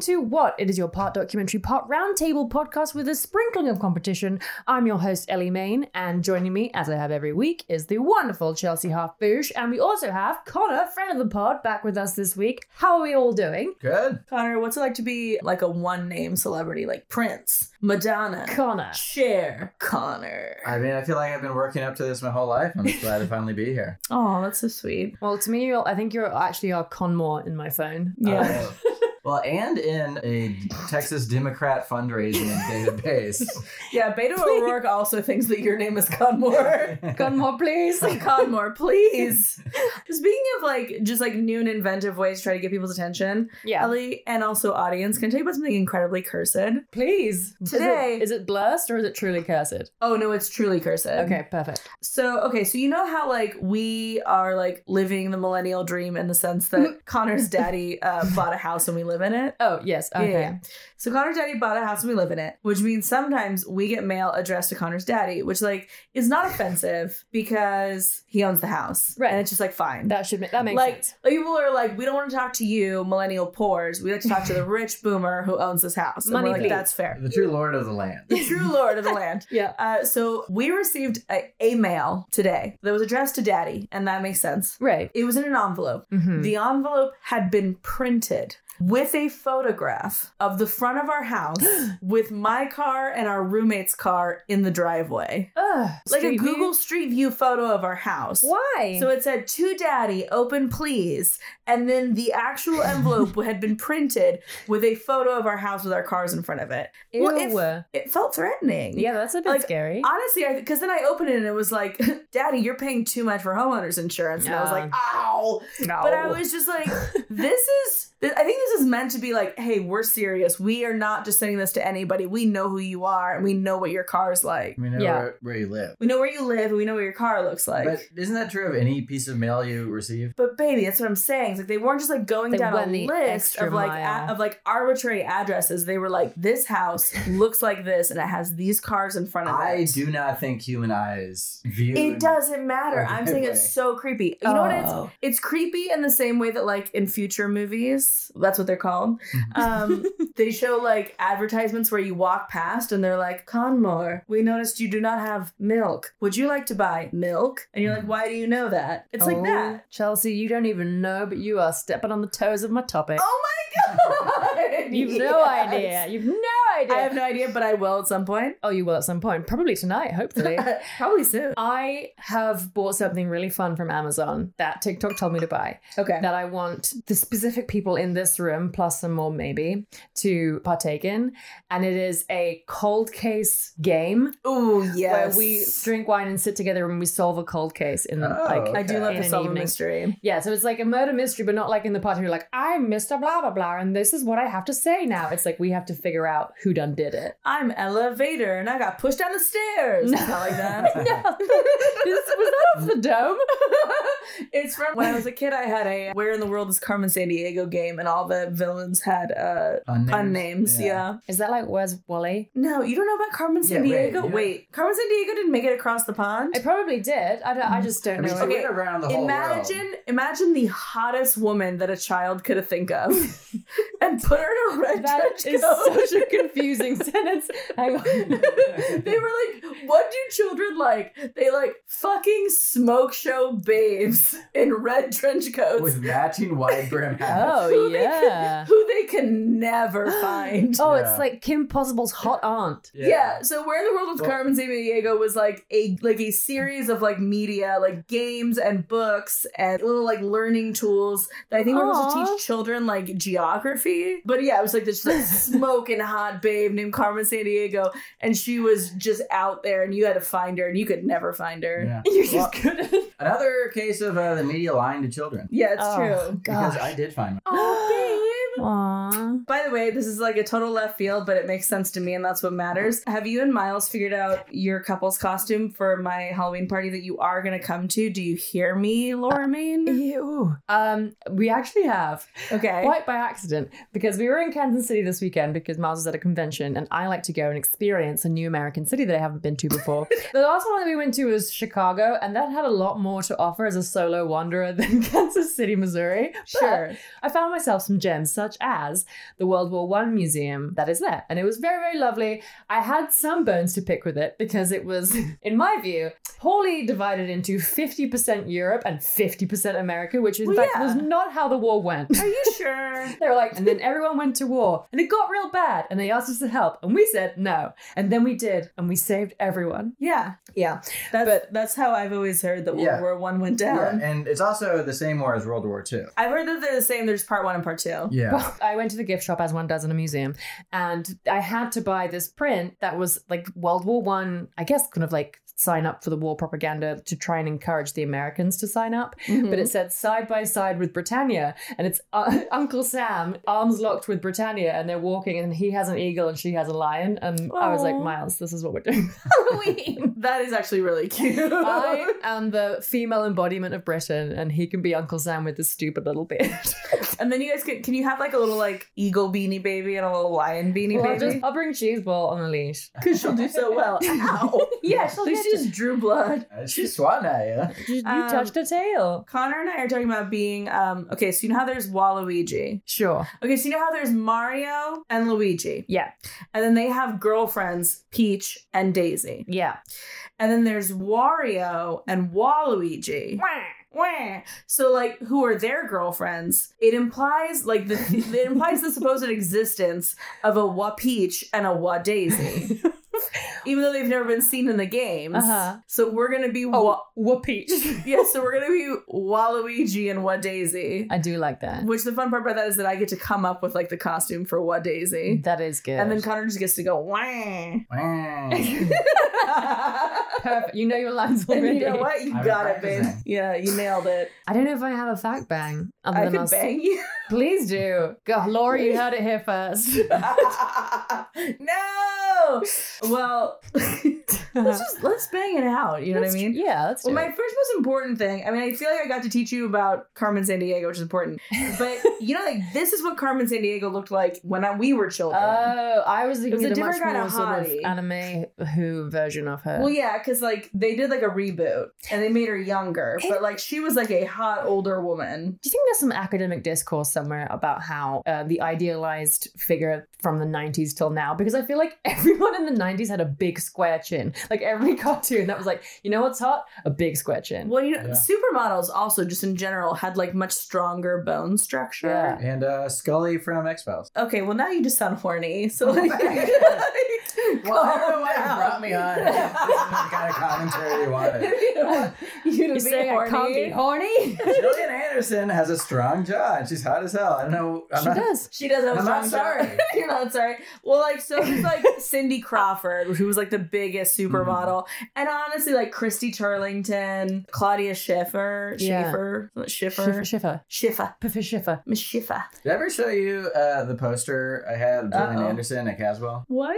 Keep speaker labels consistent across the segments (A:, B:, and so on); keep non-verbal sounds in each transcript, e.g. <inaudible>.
A: to What? It is your part documentary, part roundtable podcast with a sprinkling of competition. I'm your host, Ellie Main, and joining me, as I have every week, is the wonderful Chelsea Harfouche. And we also have Connor, friend of the pod, back with us this week. How are we all doing?
B: Good.
C: Connor, what's it like to be like a one name celebrity like Prince, Madonna,
A: Connor.
C: Cher, Connor?
B: I mean, I feel like I've been working up to this my whole life. I'm just glad to finally be here.
C: Oh, that's so sweet.
A: Well, to me, you're, I think you're actually our Conmore in my phone.
C: <laughs>
B: <laughs>
C: Yeah.
B: Uh, well, and in a Texas Democrat
C: <laughs>
B: fundraising database.
C: yeah, Beto O'Rourke also thinks that your name is Conmore.
A: Conmore, please.
C: Like <laughs> Conmore, please. Speaking of like just like new and inventive ways to try to get people's attention,
A: Yeah.
C: Ellie and also audience, can I tell you about something incredibly cursed?
A: Please.
C: Today-
A: Is it, is it blessed or is it truly cursed?
C: Oh no, it's truly cursed.
A: Okay, perfect.
C: So, okay, so you know how like we are like living the millennial dream in the sense
A: Mm-hmm. <laughs>
C: that Connor's daddy uh, bought a house and we live in it.
A: Oh, yes.
C: Yeah,
A: Okay.
C: yeah, yeah. So Connor's daddy bought a house and we live in it, which means sometimes we get mail addressed to Connor's daddy, which like is not offensive because he owns the house,
A: Right.
C: And it's just like fine.
A: That should make that makes
C: like
A: sense.
C: like, people are like, we don't want to talk to you, millennial pores. We like to talk
A: <laughs>
C: to the rich boomer who owns this house. And
A: Money,
C: we're like,
A: please.
C: that's fair.
A: <laughs>
B: the true lord of the land.
C: The true lord of the land.
A: Yeah.
C: Uh, so we received a, a mail today that was addressed to daddy, and that makes sense.
A: Right.
C: It was in an envelope.
A: Mhm.
C: The envelope had been printed with a photograph of the front of our
A: <gasps>
C: house with my car and our roommate's car in the driveway.
A: Ugh,
C: Like a
A: Street View?
C: Google Street View photo of our house.
A: Why?
C: So it said to daddy, open please. And then
A: <laughs>
C: the actual envelope had been printed with a photo of our house with our cars in front of it. well,
A: Ew.
C: It felt threatening.
A: yeah, that's a bit
C: like,
A: scary.
C: Honestly, I because then I opened it and it was like, <laughs> "Daddy, you're paying too much for homeowners insurance," and I was
A: Yeah.
C: like, "Ow!"
A: no.
C: But I was
A: <laughs>
C: just like, "This is." th- I think this is meant to be like, "Hey, we're serious. We are not just sending this to anybody. We know who you are, and we know what your car's like.
B: We know
A: Yeah.
B: where, where you live.
C: We know where you live, and we know what your car looks like."
B: but
C: But-
B: isn't that true of any piece of mail you receive?
C: baby, that's what I'm saying. It's like they weren't just like going
A: They
C: down a
A: went the
C: list
A: extra
C: of like
A: mile.
C: a- of like arbitrary addresses. They were like, this house looks like this, and it has these cars in front of it.
B: I do not think human eyes view.
C: It doesn't matter. I'm saying
B: Okay.
C: it's so creepy. You know what it's
A: Oh.
C: it's creepy in the same way that like in future movies, that's what they're called.
A: <laughs>
C: Um they show like advertisements where you walk past and they're like, "Conmore, we noticed you do not have milk. Would you like to buy milk?" And you're like, "Why do you know that?" It's like
A: Oh,
C: that.
A: Chelsea, you don't even know, but you are stepping on the toes of my topic.
C: Oh my
A: <laughs>
C: god.
A: You've no
C: <laughs> Yes.
A: idea. You've no idea.
C: I have no idea, but I will at some point.
A: oh, you will at some point. Probably tonight,
C: <laughs>
A: hopefully.
C: Probably soon.
A: I have bought something really fun from Amazon that TikTok told me to buy.
C: Okay.
A: that I want the specific people in this room, plus some more maybe, to partake in. And it is a cold case game
C: Oh, yes.
A: where we drink wine and sit together and we solve a cold case in the
B: Oh,
A: like.
B: okay.
C: I do love
A: in
C: to
A: an
C: solve a
A: evening.
C: mystery.
A: Yeah, so it's like a murder mystery, but not like in the part where you're like, I'm Mr. Blah blah blah, and this is what I have to say now. It's like we have to figure out who done did <laughs> it.
C: I'm elevator and I got pushed down the stairs.
A: No.
C: It's not like
A: <laughs>
C: that.
A: No, this, was that off the <laughs> dome?
C: it's from when I was a kid. I had a "Where in the World is Carmen San Diego" game, and all the villains had uh,
B: Unnamed.
C: unnames. Yeah.
A: Is that like where's Wally?
C: No, you don't know about Carmen San
B: Yeah, wait,
C: Diego.
B: yeah.
C: Wait, Carmen San Diego didn't make it across the pond.
A: I probably did. I don't. I just
B: I
A: don't
B: mean,
A: know.
B: she
C: Okay,
B: went around the whole <laughs>
C: Imagine,
B: world.
C: imagine the hottest woman that a child could have think of, <laughs> and put her in a red
A: That
C: trench
A: is
C: coat.
A: such a <laughs> confusing <laughs> sentence. Hang on. <laughs>
C: <laughs> they were like, what do children like? They like fucking smoke show babes in red trench coats
B: with matching wide
C: <laughs>
B: brim hats.
A: Oh yeah.
C: who they can never find.
A: Oh,
B: Yeah.
A: it's like Kim Possible's hot aunt.
C: Yeah. so where in the world was
B: Well-
C: Carmen San Diego was like a like a series of like media, like games and books and little like learning tools that I think were supposed to
A: Aw.
C: teach children like geography. But yeah, it was like this like, smoking hot babe named Carmen San Diego, and she was just out there, and you had to find her, and you could never find her.
B: Yeah.
A: <laughs> You just
B: Well-
A: couldn't.
B: Another case of uh, the media lying to children.
C: Yeah, it's
A: Oh,
C: true.
B: Because
A: Gosh.
B: I did
A: <gasps>
B: find mine.
C: <gasps> Oh, babe.
A: Aww.
C: By the way, this is like a total left field, but it makes sense to me, and that's what matters. Have you and Miles figured out your couple's costume for my Halloween party that you are going to come to? Do you hear me,
A: Uh,
C: Laura Main?
A: Ew. Um, we actually have
C: Okay. <laughs>
A: quite by accident because we were in Kansas City this weekend because Miles was at a convention and I like to go and experience a new American city that I haven't been to
C: <laughs>
A: before. the last one that we went to was Chicago, and that had a lot more to offer as a solo wanderer than <laughs> Kansas City, Missouri. But
C: Sure.
A: I found myself some gems, such such as the World War One museum that is there. And it was very, very lovely. I had some bones to pick with it because it was, <laughs> in my view, poorly divided into 50% Europe and 50% America, which in
C: Well,
A: fact
C: yeah.
A: was not how the war went.
C: Are you
A: <laughs>
C: sure?
A: They were like, and then everyone went to war, and it got real bad, and they asked us to help, and we said no, and then we did, and we saved everyone.
C: yeah,
A: Yeah,
C: that's, that's how I've always heard that World
B: Yeah.
C: War One went
B: Yeah,
C: down.
B: and it's also the same war as World War
C: <laughs>
B: II.
C: I've heard that they're the same. There's part one and part two.
B: Yeah.
A: I went to the gift shop as one does in a museum, and I had to buy this print that was like World War One. I, guess kind of like sign up for the war propaganda to try and encourage the Americans to sign up. But
C: But
A: it
C: it's
A: said side by side with Britannia, and it's uh, <laughs> Uncle Sam arms locked with Britannia, and they're walking, and he has an eagle and she has a lion. And I was like,
C: Aw.
A: Miles, this is what we're doing for Halloween.
C: that is actually really
A: <laughs>
C: cute.
A: I am the female embodiment of Britain, and he can be Uncle Sam with this stupid little beard.
C: <laughs> and then you guys can can you have like a little like eagle beanie baby and a little lion
A: <laughs>
C: beanie
A: Well, I'll,
C: baby?
A: just, I'll bring cheese ball on a leash.
C: <laughs> Because she'll do so well. Ow.
A: Yeah, she'll
C: This
A: get
C: just drew blood.
B: Uh, She's swatting
C: <laughs>
B: at you.
A: <laughs> You, you
C: Um,
A: touched a tail.
C: Connor and I are talking about being um okay, so you know how there's Waluigi.
A: Sure.
C: Okay, so you know how there's Mario and Luigi.
A: Yeah.
C: And then they have girlfriends, Peach and Daisy.
A: Yeah.
C: And then there's Wario and Waluigi. Wah. So like who are their girlfriends? It implies like the <laughs> it implies the supposed existence of a Wa Peach and a Wa
A: <laughs>
C: Daisy. Even though they've never been seen in the games.
A: Uh-huh.
C: So we're gonna be
A: Oh,
C: Wa-
A: whoopee.
C: yeah, so we're gonna be Waluigi and Wa Daisy.
A: I do like that.
C: Which the fun part about that is that I get to come up with like the costume for Wa Daisy.
A: That is good.
C: And then Connor just gets to go wah.
B: Wah.
A: Perfect. You know your lines
C: And
A: already.
C: you know what? You
B: I've been
C: got it, babe.
B: practicing.
C: Yeah, you nailed it.
A: <laughs> I don't know if I have a fact bang. Other
C: I
A: than
C: could
A: us.
C: bang you. <laughs>
A: Please do. God, Laura, you heard it here first.
C: no. Well, <laughs> let's just let's bang it out. You know
A: Let's-
C: what I mean?
A: Yeah. Let's
C: Well,
A: do
C: my
A: it.
C: first most important thing, I mean, I feel like I got to teach you about Carmen San Diego, which is important.
A: <laughs>
C: But you know, like this is what Carmen San Diego looked like when I, we were children.
A: Oh, I was thinking
C: was a
A: of the much
C: different kind
A: more
C: of
A: sort of
C: hottie.
A: anime who version of her.
C: well, yeah, because like they did like a reboot and they made her younger, but like she was like a hot older woman.
A: Do you think there's some academic discourse somewhere about how uh, the idealized figure from the 90s till now? Because I feel like <laughs> everyone in the 90s had a big square chin. Like every <laughs> cartoon that was like, you know what's hot? A big square chin. <laughs>
C: Well, you know,
B: Yeah.
C: supermodels also just in general had like much stronger bone structure.
A: Yeah.
B: And uh, Scully from X Files.
C: <laughs> Okay, well now you just sound horny. So like, <laughs>
B: Well, I
C: calm
B: don't know why you
C: down.
B: brought me on. This is the kind of commentary you
C: <laughs>
B: wanted.
C: you
A: You're
C: to be
A: saying I can't be
C: horny.
A: horny?
B: Jillian Anderson has a strong jaw and she's hot as hell. I don't know. I'm
A: she
B: not,
A: does.
C: She doesn't have a
B: I'm
C: strong
B: not sorry.
C: jaw. <laughs> You're not sorry. Well, like so, it's <laughs> like Cindy Crawford, who was like the biggest
B: Mm-hmm.
C: supermodel, and honestly, like Christy Turlington, Claudia Schiffer,
A: Yeah.
C: Schiffer, Schiffer,
A: Shiver, shiver,
C: Schiffer,
A: Piffa shiver.
C: Miss Schiffer.
B: Did I ever show you uh, the poster I had of Jillian
C: Uh-oh.
B: Anderson at Caswell?
C: What?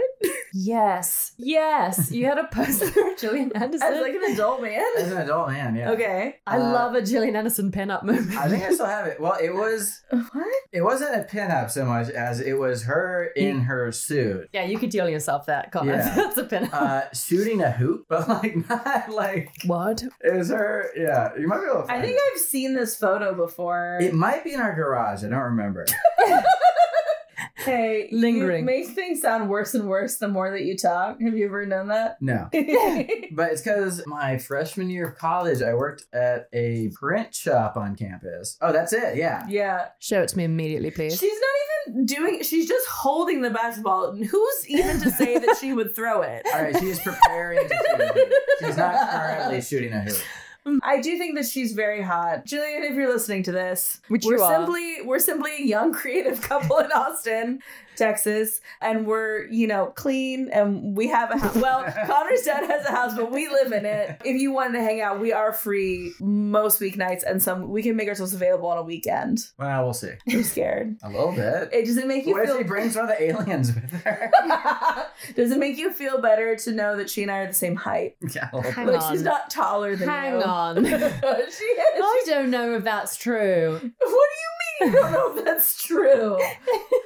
A: Yes, yes. You had a poster of Gillian Anderson.
C: As like an adult
B: As
C: man.
B: an adult man, yeah.
C: Okay.
A: I
B: uh,
A: love a Gillian Anderson pin-up movie.
B: I think I still have it. Well, it was
C: What?
B: it wasn't a pinup so much as it was her in her suit,
A: <laughs> yeah, you could deal yourself that, Connor. <laughs>
B: Yeah.
A: That's a pin-up.
B: uh, shooting a hoop, <laughs> but like not like
A: what?
B: it was her. Yeah, you might be able to.
C: I
B: Find
C: think I've seen this photo before.
B: it. it might be in our garage. I don't
C: <laughs>
B: remember.
C: Hey,
A: Lingering.
C: You make things sound worse and worse the more that you talk. Have you ever done that? <laughs>
B: No. But it's because my freshman year of college, I worked at a print shop on campus. Oh, that's it. Yeah.
C: yeah.
A: Show it to me immediately, please.
C: She's not even doing she's just holding the basketball. And Who's even to say that she would throw it?
B: All right. She is preparing to shoot a hoop. She's not currently shooting a hoop.
C: I do think that she's very hot. Julian, if you're listening to this,
A: Which
C: we're
A: you are.
C: simply we're simply a young creative couple in Austin, Texas, and we're, you know, clean and we have a
A: <laughs>
C: house. Well, Connor's dad has a house, but we live in it. If you wanted to hang out, we are free most weeknights and some we can make ourselves available on a weekend.
B: Well, we'll see.
C: I'm scared.
B: A little bit.
C: It does it make you
B: What if
C: feel
B: she brings one of the aliens with her?
C: <laughs>
B: <laughs>
C: Does it make you feel better to know that she and I are the same height?
B: yeah, a little bit.
A: Hang
C: Like
A: on.
C: she's not taller than
A: Hang
C: you.
A: on. <laughs>
C: <laughs> she is.
A: I don't know if that's true.
C: What do you mean? I don't know if that's
A: <laughs>
C: true.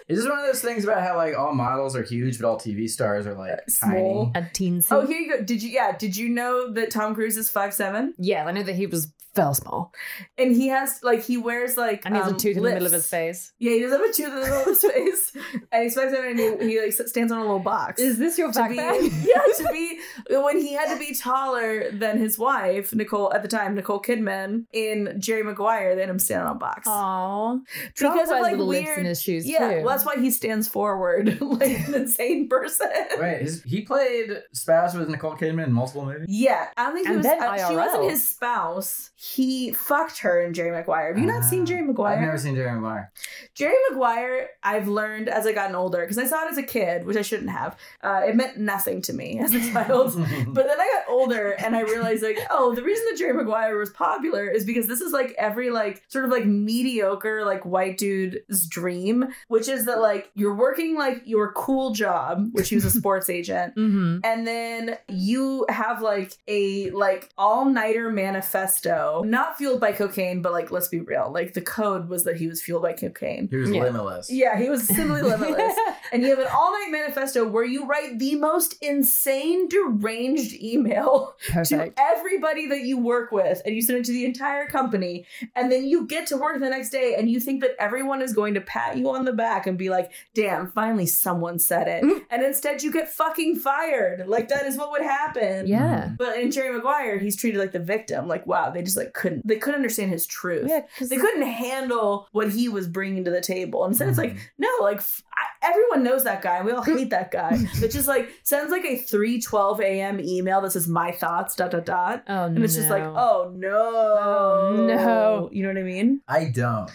B: It's just one of those things about how like all models are huge, but all TV stars are like
C: Small.
B: tiny.
A: A teensy.
C: Oh, here you go. Did you? Yeah. Did you know that Tom Cruise is five seven?
A: yeah, I know that he was fell small.
C: and he has like he wears like
A: And he has
C: um,
A: a tooth in the middle of
C: lifts.
A: his face.
C: Yeah, he does have a tooth in the middle of his face, and he smacks it, and he, he like stands on a little box.
A: Is this your
C: to
A: back
C: be,
A: bag?
C: <laughs> yeah, to be when he had to be taller than his wife Nicole at the time, Nicole Kidman in Jerry Maguire. They had him stand on a box
A: Aww.
C: because of like
A: little lifts in
C: weird.
A: his shoes
C: Yeah,
A: too.
C: well, that's why he stands forward <laughs> like an insane person.
B: Wait, his, he played spouse with Nicole Kidman in multiple movies.
C: Yeah, I don't think he
A: And
C: was.
A: then
C: uh, she wasn't
A: IRL.
C: his spouse. He fucked her in Jerry Maguire. Have you not
B: Ah,
C: seen Jerry Maguire?
B: I've never seen Jerry Maguire.
C: Jerry Maguire, I've learned as I gotten older because I saw it as a kid, which I shouldn't have. Uh, it meant nothing to me <laughs> as a child. <laughs> But then I got older and I realized like, <laughs> oh, the reason that Jerry Maguire was popular is because this is like every like sort of like mediocre like white dude's dream, which is that like you're working like your cool job, which he was a sports agent,
A: mm-hmm.
C: and then you have like a like all-nighter manifesto, not fueled by cocaine, but like let's be real, like the code was that he was fueled by cocaine.
B: he was
A: Yeah.
B: limitless.
C: Yeah, he was
A: <laughs>
C: simply limitless. And you have an all night manifesto where you write the most insane, deranged email to
A: Perfect.
C: everybody that you work with, and you send it to the entire company. And then you get to work the next day, and you think that everyone is going to pat you on the back and be like, damn, finally someone said
A: Mm.
C: it. and instead, you get fucking fired. Like, that is what would happen.
B: Mm-hmm.
A: Yeah.
C: But in Jerry Maguire, he's treated like the victim. Like, wow, they just like couldn't, they couldn't understand his truth.
A: Yeah,
C: They couldn't handle what he was bringing to the table. Instead, it's like, no, like f- I, everyone knows that guy. and We all
A: Mm.
C: hate that guy. That just like sends like a three twelve a.m. email that says my thoughts dot dot dot,
A: Oh,
C: and it's just like,
A: no.
C: oh no,
A: Oh, no.
C: you know what I mean? <laughs>
B: I don't.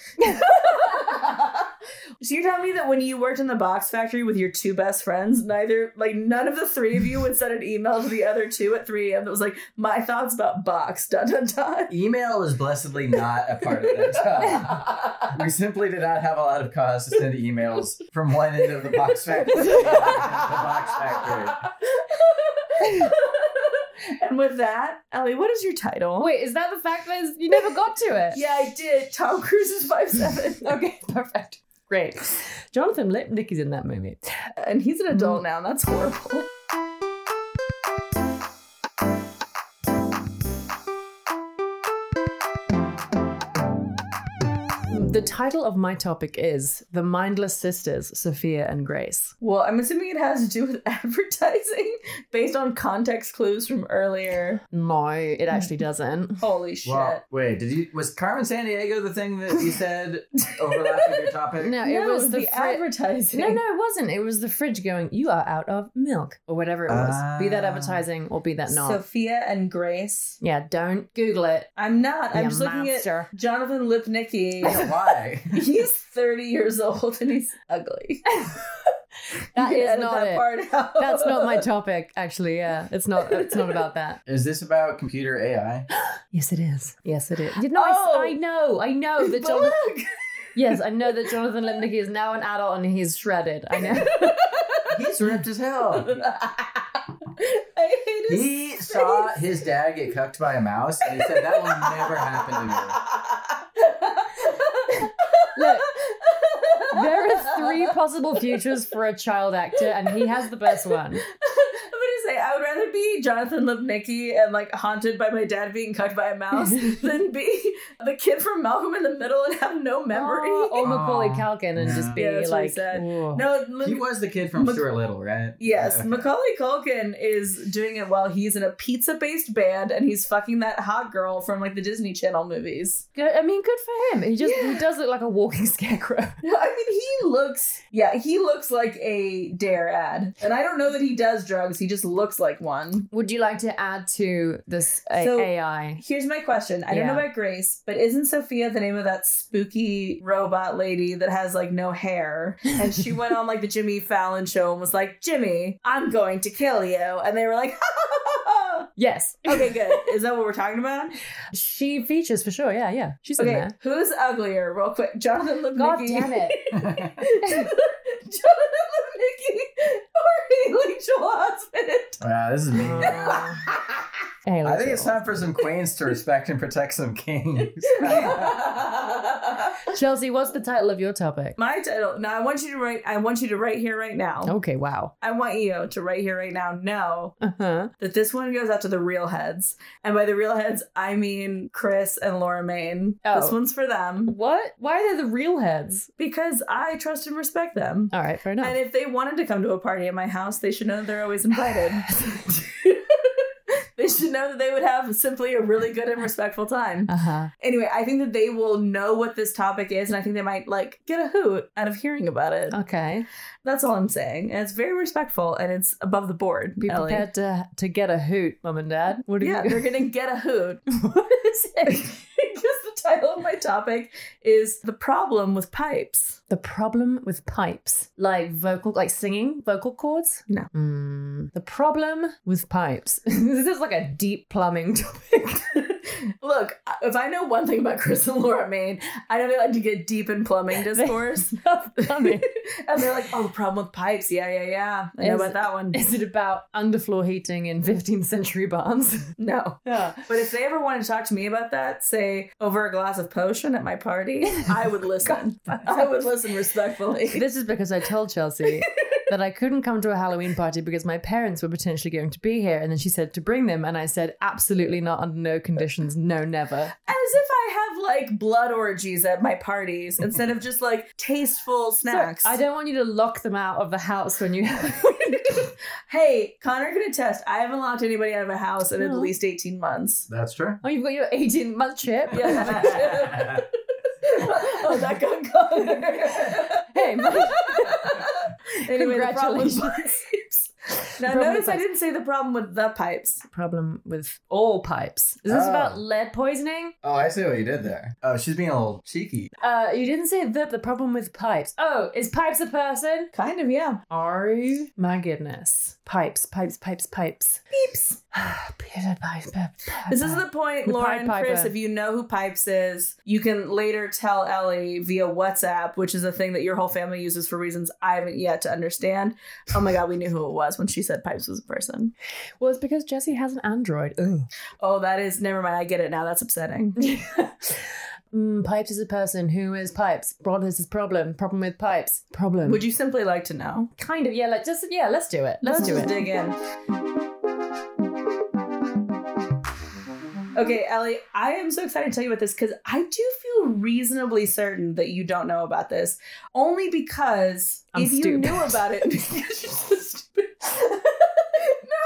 C: so you're telling me that when you worked in the box factory with your two best friends, neither like none of the three of you would send an email to the other two at three a.m. that was like my thoughts about box dot dot dot.
B: Email is blessedly not a part of that job. <laughs>
C: <laughs>
B: We simply did not have a lot of cause to send emails from one end of the box factory to
A: <laughs>
B: <laughs> the other end of the box factory.
C: <laughs> and with that, Ellie, what is your title?
A: Wait, is that the fact that you never got to it?
C: oh. <laughs> Yeah, I did. Tom Cruise is five seven.
A: <laughs> Okay, perfect. Great. Jonathan Lipnicki's in that movie.
C: And he's an adult
A: Mm.
C: now, and that's horrible.
A: The title of my topic is The Mindless Sisters, Sophia and Grace.
C: Well, I'm assuming it has to do with <laughs> advertising based on context clues from earlier.
A: No, it
C: <laughs>
A: actually doesn't.
C: Holy shit.
B: Well, wait, did you was Carmen San Diego the thing that you said overlapped with your
C: <laughs>
B: topic?
A: No, it was the, fridge.
C: advertising.
A: No, no, it wasn't. It was the fridge going, You are out of milk, or whatever it was. be that
B: Ah.
A: advertising or be that not.
C: Sophia and Grace.
A: yeah, don't Google it.
C: I'm not. I'm
A: you
C: just looking
A: monster.
C: at Jonathan Lipnicki.
A: <laughs>
B: Yeah, why?
C: he's 30 years old and he's ugly.
A: That
C: <laughs> You can
A: is
C: edit
A: not
C: that
A: it.
C: part out.
A: That's not
C: <laughs>
A: my topic, actually. Yeah, it's not. It's not about that.
B: Is this about computer AI?
C: <laughs>
A: Yes, it is. Yes, it is. You know, I s-
C: Oh!
A: I, know, I
C: <laughs>
A: know that
C: But
A: Jonathan.
C: look.
B: <laughs>
A: Yes, I know that Jonathan Lipnicki is now an adult and he's shredded. I
C: <laughs>
A: know.
B: He's ripped as hell.
C: I hate his
B: Oh. He
C: face.
B: saw his dad get cucked by a mouse and he said, That will never happen to me.
A: Look, There are
C: <laughs>
A: three possible futures for a child actor, and he has the best one.
C: I'm gonna say I would rather be Jonathan Lipnicki and like haunted by my dad being cucked by
A: <laughs>
C: a mouse than be the kid from Malcolm in the Middle and have no memory. Ah.
A: Oh, or Macaulay
B: Aw.
A: Culkin and just be
C: Yeah, that's what he
A: like,
C: said.
A: "Ooh."
C: No, Lip-
B: He was the kid from
C: Mac-
B: Stuart Little, right?
C: Yes,
B: Okay. <laughs>
C: Macaulay Culkin is doing it while he's in a pizza-based band and he's fucking that hot girl from like the Disney Channel movies. <laughs>
A: Good- I mean, good for him. He just he
C: Yeah.
A: does look like a walking <laughs> scarecrow.
C: No, I mean he looks yeah, he looks like a dare ad. And I don't know that he does drugs, he just looks like one.
A: Would you like to add to this uh, a-
C: So-
A: AI?
C: Here's my question. I don't know
A: Yeah.
C: about Grace, but isn't Sophia the name of that spooky robot lady that has like no hair? And she went on like the Jimmy Fallon show and was like, Jimmy, I'm going to kill you. And they were like, <laughs>
A: Yes,
C: okay, good. Is that what we're talking about?
A: she features for sure. Yeah, yeah, she's in
C: Okay,
A: there.
C: who's uglier? Real quick, Jonathan Lipnicki.
A: God damn
C: <laughs>
A: it. <laughs>
C: Jonathan Lipnicki or Haley Joel Osment?
B: wow, this is mean.
A: Uh, <laughs> Hey,
B: I think it's
A: Rachel.
B: time for some queens to respect and protect some kings.
A: Chelsea, what's the title of your topic?
C: <laughs> My title. Now I want you to write. I want you to write here right now.
A: Okay, wow.
C: I want you to right here right now know
A: Uh-huh.
C: that this one goes out to the real heads, and by the real heads I mean Chris and Laura Main.
A: Oh.
C: This one's for them
A: What? Why are they the real heads?
C: because I trust and respect them.
A: All right, fair
C: And
A: enough.
C: if they wanted to come to a party at my house, they should know they're
A: <laughs>
C: always invited. <laughs> they should know that they would have simply a really good and respectful time.
A: Uh huh.
C: Anyway, I think that they will know what this topic is, and I think they might like get a hoot out of hearing about it.
A: Uh. Okay.
C: That's all I'm saying. And it's very respectful and it's above the board.
A: Be
C: Ellie.
A: prepared to, to get a hoot, mum and dad. What do
C: Yeah,
A: you? <laughs>
C: they're gonna get a hoot. <laughs>
A: what is
C: because <laughs>
A: it?
C: the title of my topic is The Problem with Pipes.
A: The problem with pipes, like vocal, like singing vocal cords.
C: No.
A: Mm, the problem with pipes. <laughs> this is like a deep plumbing <laughs> topic.
C: <laughs> Look, if I know one thing about Chris and Laura Main, I know they like to get deep
A: <laughs>
C: in plumbing discourse.
A: plumbing.
C: <laughs> and they're like, oh, problem with pipes. Yeah, yeah, yeah. I know
A: Is-
C: about that one.
A: Is it about underfloor heating in 15th century barns?
C: No.
A: <laughs> Yeah.
C: But if they ever want to talk to me about that, say over a glass of potion at
A: <laughs>
C: my party, I would listen. I would listen respectfully.
A: This is because I told <laughs> Chelsea that I couldn't come to a Halloween party because my parents were potentially going to be here. And then she said to bring them. And I said, absolutely not, under no conditions, no, never.
C: As if I have like blood orgies at my parties instead of just like tasteful snacks.
A: I don't want you to lock them out of the house when you. <laughs>
C: hey, Connor can attest. I haven't locked anybody out of a house in at
A: No.
C: least 18 months.
B: That's
C: <laughs>
B: true.
A: oh, you've got your 18 month chip.
B: Oh,
C: Yeah. oh, that got
A: <laughs>
C: Connor.
A: Hey, my-
C: anyway, the problem with
A: Congratulations. <laughs>
C: pipes. Now,
A: Problem with
C: notice I
A: pipes.
C: didn't say the problem with the pipes.
A: problem with all pipes. Is this
B: Oh.
A: about lead poisoning?
B: Oh, I see what you did there. Oh, she's being a little cheeky.
A: Uh, you didn't say the the problem with pipes. Oh, is pipes a person?
C: Kind of, yeah.
A: Are you? My goodness, pipes, pipes, pipes, pipes. <sighs>
C: Beeps. This is the point,
A: The
C: Laura
A: Pied
C: and Chris.
A: Piper.
C: If you know who Pipes is, you can later tell Ellie via WhatsApp, which is a thing that your whole family uses for reasons I haven't yet to understand. Oh my God, we knew who it was when she said Pipes was a person.
A: well, it's because Jesse has an Android. <laughs>
C: Oh, that is, never mind. I get it now. That's upsetting.
A: mm, pipes is a person who is pipes. Broad is his problem. Problem with pipes. Problem.
C: Would you simply like to know?
A: kind of yeah? Like just yeah. Let's do it. Let's, do
C: just
A: it.
C: dig in. Okay, Ellie, I am so excited to tell you about this because I do feel reasonably certain that you don't know about this, only because
A: I'm
C: if you
A: stupid.
C: knew about it, <laughs> you're so stupid. <laughs>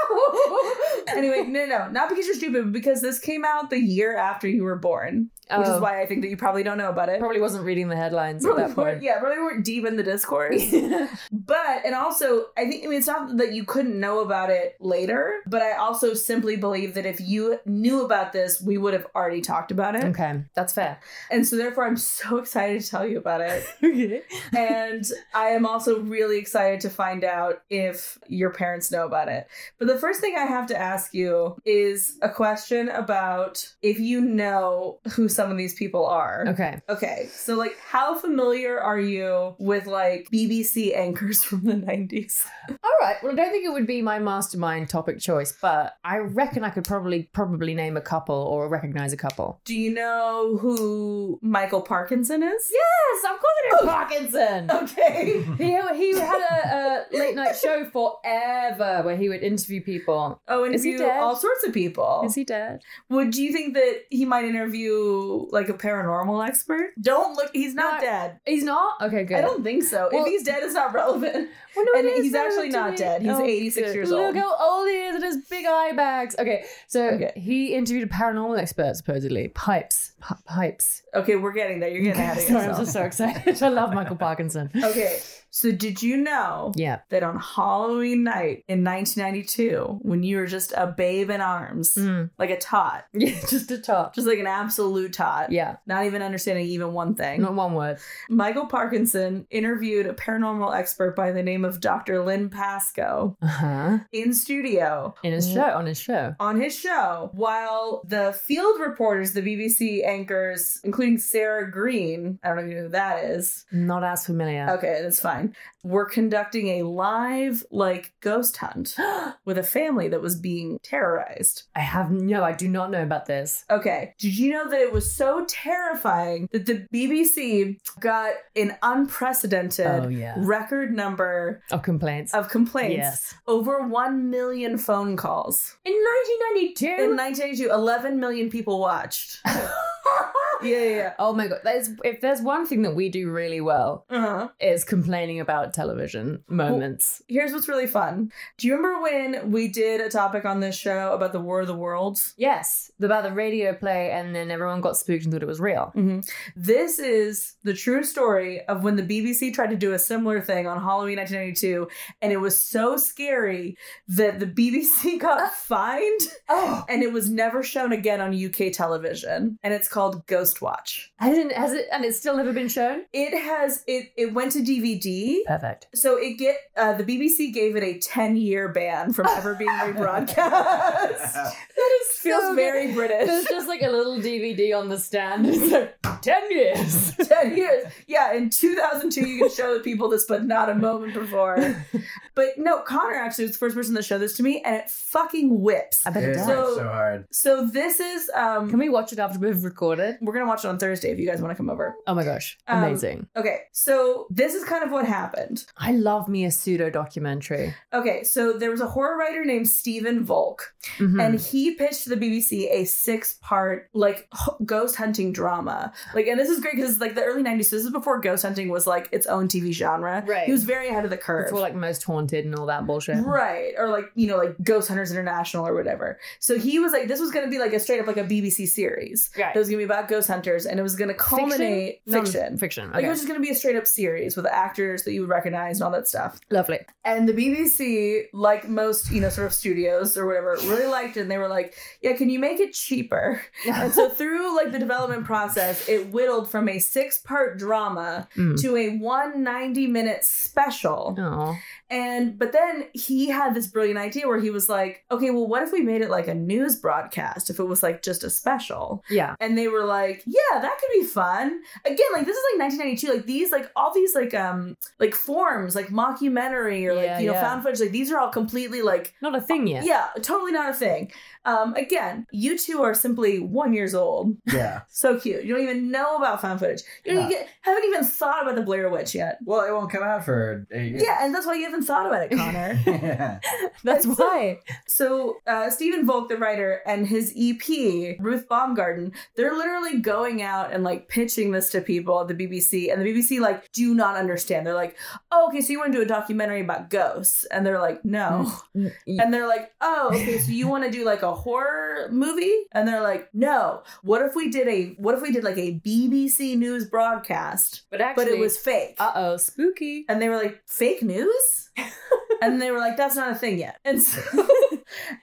C: no.
A: <laughs>
C: Anyway, no, no, not because you're stupid, but because this came out the year after you were born, which
A: Oh,
C: is why I think that you probably don't know about it.
A: probably wasn't reading the headlines at
C: Probably
A: <laughs> that
C: weren't-
A: point.
C: yeah, probably weren't deep in the discourse.
A: <laughs>
C: But and also, I think I mean it's not that you couldn't know about it later, but I also simply believe that if you knew about this, we would have already talked about it.
A: okay, that's fair.
C: And so therefore I'm so <laughs> excited to tell you
A: <laughs>
C: about it.
A: okay.
C: and I am also really excited to find out if your parents know about it. But the first thing I have to ask you is a question about if you know who some of these people are.
A: Okay.
C: Okay, so like, how familiar are you with like BBC anchors from the 90s?
A: All right. Well, I don't think it would be my mastermind topic choice, but I reckon I could probably probably name a couple or recognize a couple.
C: Do you know who Michael Parkinson is?
A: Yes, of course I know Parkinson.
C: <laughs> Okay.
A: He, he had a, a late night show forever where he would interview people.
C: Oh,
A: Is he
C: interview
A: dead?
C: all sorts of people.
A: he dead?
C: Would you think that he might interview like a paranormal expert? Don't look. He's not
A: Not-
C: dead.
A: He's not. Okay, good.
C: I don't think so.
A: Well-
C: if he's dead, it's not relevant. <laughs>
A: Well, no,
C: and
A: it is
C: he's
A: though,
C: actually not
A: isn't
C: dead. He's 86 years
A: Look
C: old.
A: how old he is and his big eye bags. Okay, so
C: Okay.
A: he interviewed a paranormal expert supposedly. Pipes, P- pipes.
C: Okay, we're getting there. You're
A: <laughs>
C: getting out of
A: Sorry, I'm
C: yourself.
A: just so excited. <laughs> I love Michael <laughs> Parkinson.
C: okay, so did you know
A: Yeah.
C: that on Halloween night in 1992, when you were just a babe in arms,
A: Mm.
C: like a tot,
A: <laughs> Yeah, just a top.
C: just like an absolute tot,
A: Yeah,
C: not even understanding even one thing,
A: not one word.
C: Michael Parkinson interviewed a paranormal expert by the name of Dr. Lynn Pasco
A: Uh huh.
C: in studio.
A: In his show, on his show.
C: On his show, while the field reporters, the BBC anchors, including Sarah Green, I don't know if you know who that is.
A: Not as familiar. <gasps>
C: Okay, that's fine. Were conducting a live, like, ghost hunt with a family that was being terrorized.
A: I have no, I do not know about this.
C: Okay. Did you know that it was so terrifying that the BBC got an unprecedented
A: Oh, yeah.
C: record number
A: Of complaints.
C: of complaints?
A: Yes.
C: Over 1 million phone calls.
A: In 1992?
C: In 1982, 11 million people watched. yeah, yeah, yeah.
A: oh my god. There's, if there's one thing that we do really well,
C: Uh-huh.
A: is complaining about television moments.
C: Here's what's really fun. Do you remember when we did a topic on this show about the War of the Worlds?
A: Yes, about the radio play, and then everyone got spooked and thought it was real.
C: Mm-hmm. This is the true story of when the BBC tried to do a similar thing on Halloween 1992, and it was so scary that the BBC <laughs> got fined
A: Ah. Oh,
C: and it was never shown again on UK television. And it's called Ghost Watch.
A: I didn't. Has it? And it's still never been shown.
C: It has it. It went to DVD.
A: Perfect.
C: So it get uh, the BBC gave it a 10 year ban from ever being
A: <laughs>
C: rebroadcast. <laughs>
A: That is
C: feels
A: so good.
C: very British.
A: There's just like a little DVD on the stand. <laughs> It's like ten <laughs> years.
C: <laughs> 10 years. Yeah, in 2002, you can show the people this, but not a
A: <laughs>
C: moment before. But no, Connor actually was the first person to show this to me, and it fucking whips.
A: I bet it
B: <laughs> It
A: does.
C: So-
B: so, so hard.
C: So this is, um,
A: Can we watch it after we've recorded?
C: we're going to watch it on Thursday if you guys want to come over.
A: Oh my gosh!
C: Um,
A: Amazing.
C: Okay, so this is kind of what happened.
A: I love me a pseudo documentary.
C: Okay, so there was a horror writer named Stephen Volk,
A: Mm-hmm. Hmm.
C: and he pitched to the BBC a six-part like h- ghost hunting drama. Like, and this is great because it's like the early '90s. So this is before ghost hunting was like its own TV genre.
A: Right.
C: He was very ahead of the curve.
A: it's all like most haunted and all that bullshit.
C: Right. Or like, you know, like Ghost Hunters International or whatever. So he was like, this was going to be like a straight up like a BBC series.
A: Right.
C: It was going to be about ghost hunters and it was going to culminate
A: No,
C: fiction.
A: Fiction.
C: Like
A: Okay.
C: it was just going to be a straight up series with actors that you would recognize and all that stuff.
A: Lovely.
C: And the BBC, like most, you know, sort of studios or whatever, really liked it. And they were like, yeah, can you make it cheaper? <laughs>
A: <laughs>
C: And so through like the development process, it whittled from a six part drama
A: Mm.
C: to a 190 minute special.
A: Oh.
C: And but then he had this brilliant idea where he was like, okay, well, what if we made it like a news broadcast if it was like just a special?
A: Yeah.
C: And they were like, yeah, that could be fun. Again, like this is like 1992, like these like all these like um like forms like mockumentary or like
A: Yeah,
C: you know
A: yeah.
C: found footage like these are all completely like
A: Not a thing yet.
C: yeah, totally not a thing. Um again, you two are simply 1 years old.
B: Yeah.
C: So cute. You don't even know about found footage. You don't
B: Yeah.
C: even, haven't even thought about the Blair Witch yet.
B: Well, it won't come out for eight years.
C: Yeah, and that's why you haven't thought about it, Connor.
B: Yeah.
A: <laughs> That's
C: It's-
A: why.
C: So uh, Stephen Volk, the writer, and his EP Ruth Baumgarten, they're literally going out and like pitching this to people at the BBC, and the BBC like do not understand. They're like, oh, "Okay, so you want to do a documentary about ghosts?" And they're like, "No."
A: Mm.
C: <laughs> And they're like, "Oh, okay, so you want to do like a horror movie?" And they're like, "No. What if we did a What if we did like a BBC news broadcast,
A: But actually,
C: but it was fake?"
A: Uh oh, spooky.
C: And they were like, fake news? and they were like, that's not a thing yet. And so <laughs>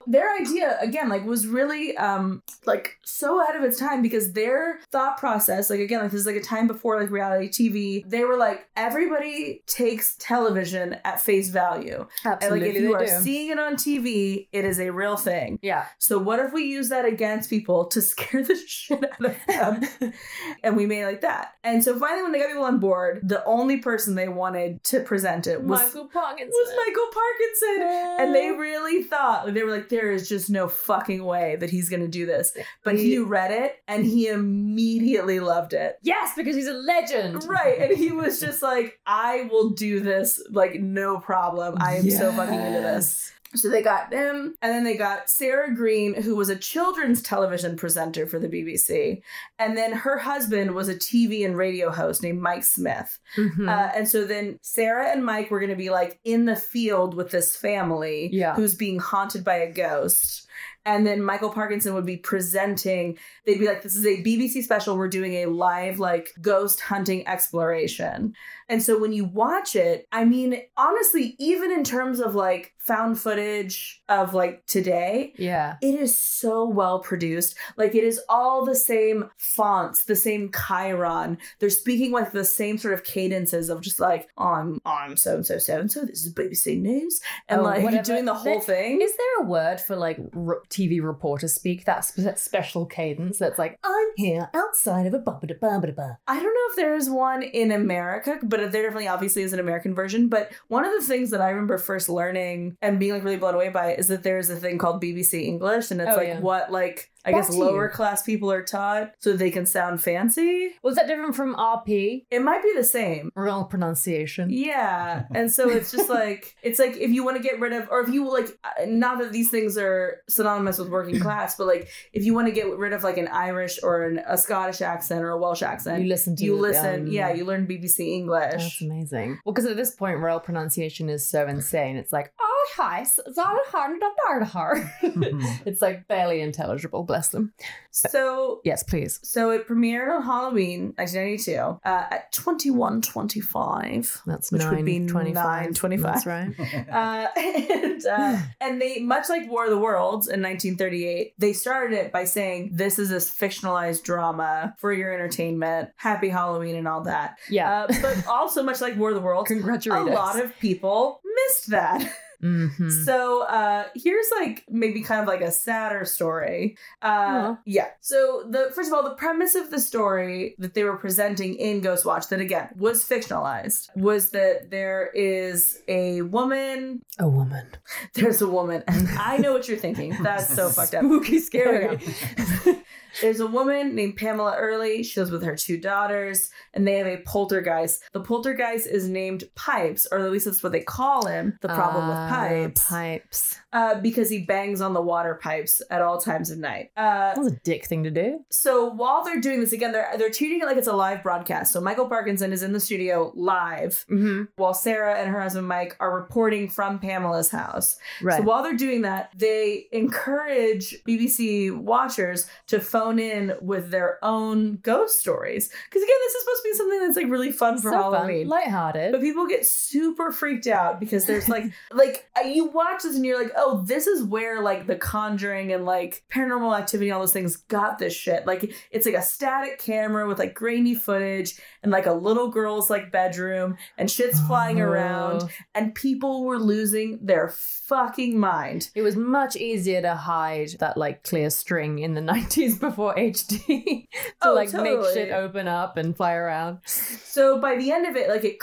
C: their idea, again, like was really um like so ahead of its time because their thought process, like again, like this is like a time before like reality TV, they were like, everybody takes television at face value. And like if you are seeing it on TV, it is a real thing.
A: yeah.
C: So what if we use that against people to <laughs> scare the shit out of
A: <laughs>
C: them? and we made it like that. And so finally, when they got people on board, the only person they wanted to present it was
A: Michael Parkinson.
C: was Michael Parkinson. And they really thought they were like, there is just no fucking way that he's gonna do this. But he read it and he immediately loved it.
A: Yes, because he's a legend.
C: Right. And he was just like, I will do this, like, no problem. I am so fucking into this. So they got them, and then they got Sarah Green, who was a children's television presenter for the BBC, and then her husband was a TV and radio host named Mike Smith.
A: Mhm.
C: Uh, and so then Sarah and Mike were going to be like in the field with this family
A: Yeah.
C: who's being haunted by a ghost. And then Michael Parkinson would be presenting. They'd be like, "This is a BBC special. We're doing a live like ghost hunting exploration." And so when you watch it, I mean, honestly, even in terms of like found footage of like today,
A: yeah.
C: it is so well produced. Like it is all the same fonts, the same Chiron. They're speaking with the same sort of cadences of just like, I'm I'm so and so so and so. This is BBC News, and
A: Oh,
C: like
A: whatever.
C: doing the whole
A: They-
C: thing.
A: Is there a word for like r- TV reporter speak, that, sp- that special cadence that's like, I'm here outside of a bubba da bubba da ba.
C: I don't know if there is one in America, but there definitely obviously is an American version. But one of the things that I remember first learning and being like really blown away by is that there is a thing called BBC English, and it's
A: Oh,
C: like
A: yeah.
C: what like I
A: Back
C: guess
A: to you.
C: lower class people are taught so they can sound fancy.
A: Was that different from RP?
C: It might be the same.
A: Real pronunciation. <laughs>
C: Yeah. And so it's just like, it's like if you want to get rid of, or if you like, uh, not that these things are synonymous with
A: <clears throat>
C: working class, but like if you want to get rid of like an Irish or an, a Scottish accent or a Welsh accent,
A: You
C: you,
A: listen to the,
C: listen.
A: um,
C: yeah, you learn BBC
A: That's
C: English.
A: amazing. Well, because at this point, royal pronunciation is so insane. It's like, oh, hi, s- zara har, da dar, da har." <laughs> It's like barely intelligible, bless them.
C: So.
A: Yes, please.
C: So it premiered on Halloween 1992 uh, at 21:25.
A: That's
C: Which would be
A: 9:25.
C: 9:25.
A: That's right.
C: <laughs> Uh,
A: <sighs>
C: and, uh, and they, much like War of the Worlds in 1938, they started it by saying, This is a fictionalized drama for your entertainment. Happy Halloween and all that.
A: Yeah.
C: Uh,
A: <laughs>
C: but also, much like War of the Worlds, a
A: Congratulations.
C: lot of people missed that.
A: Mhm.
C: <laughs> So uh here's like maybe kind of like a sadder story. Uh
A: Aw.
C: yeah. So the first of all, the premise of the story that they were presenting in Ghostwatch that again was fictionalized was that there is a woman,
A: A woman.
C: there's a woman, and I know what you're thinking. That's so fucked up.
A: Spooky, <laughs>
C: Here we There's a woman named Pamela Early. She lives with her two daughters, and they have a poltergeist. The poltergeist is named Pipes, or at least that's what they call him. The problem with Pipes
A: Ah, Pipes.
C: uh, because he bangs on the water pipes at all times of night. Uh,
A: That was a dick thing to do.
C: so while they're doing this again, they're they're treating it like it's a live broadcast. So Michael Parkinson is in the studio live
A: Mm-hmm.
C: while Sarah and her husband Mike are reporting from Pamela's house.
A: Right.
C: So while they're doing that, they encourage BBC watchers to phone in with their own ghost stories. Because again, this is supposed to be something that's like really fun for
A: So fun,
C: Halloween.
A: lighthearted.
C: But people get super freaked out because there's
A: <laughs>
C: like, like uh, you watch this and you're like, oh, this is where like The Conjuring and like Paranormal Activity, and all those things got this shit. Like it's like a static camera with like grainy footage and like a little girl's like bedroom and shit's flying around
A: Oh.
C: and people were losing their fucking mind.
A: It was much easier to hide that like clear string in the <laughs> 90s before HD <laughs> to
C: Oh,
A: like make
C: totally.
A: shit open up and fly around.
C: So by the end of it, like it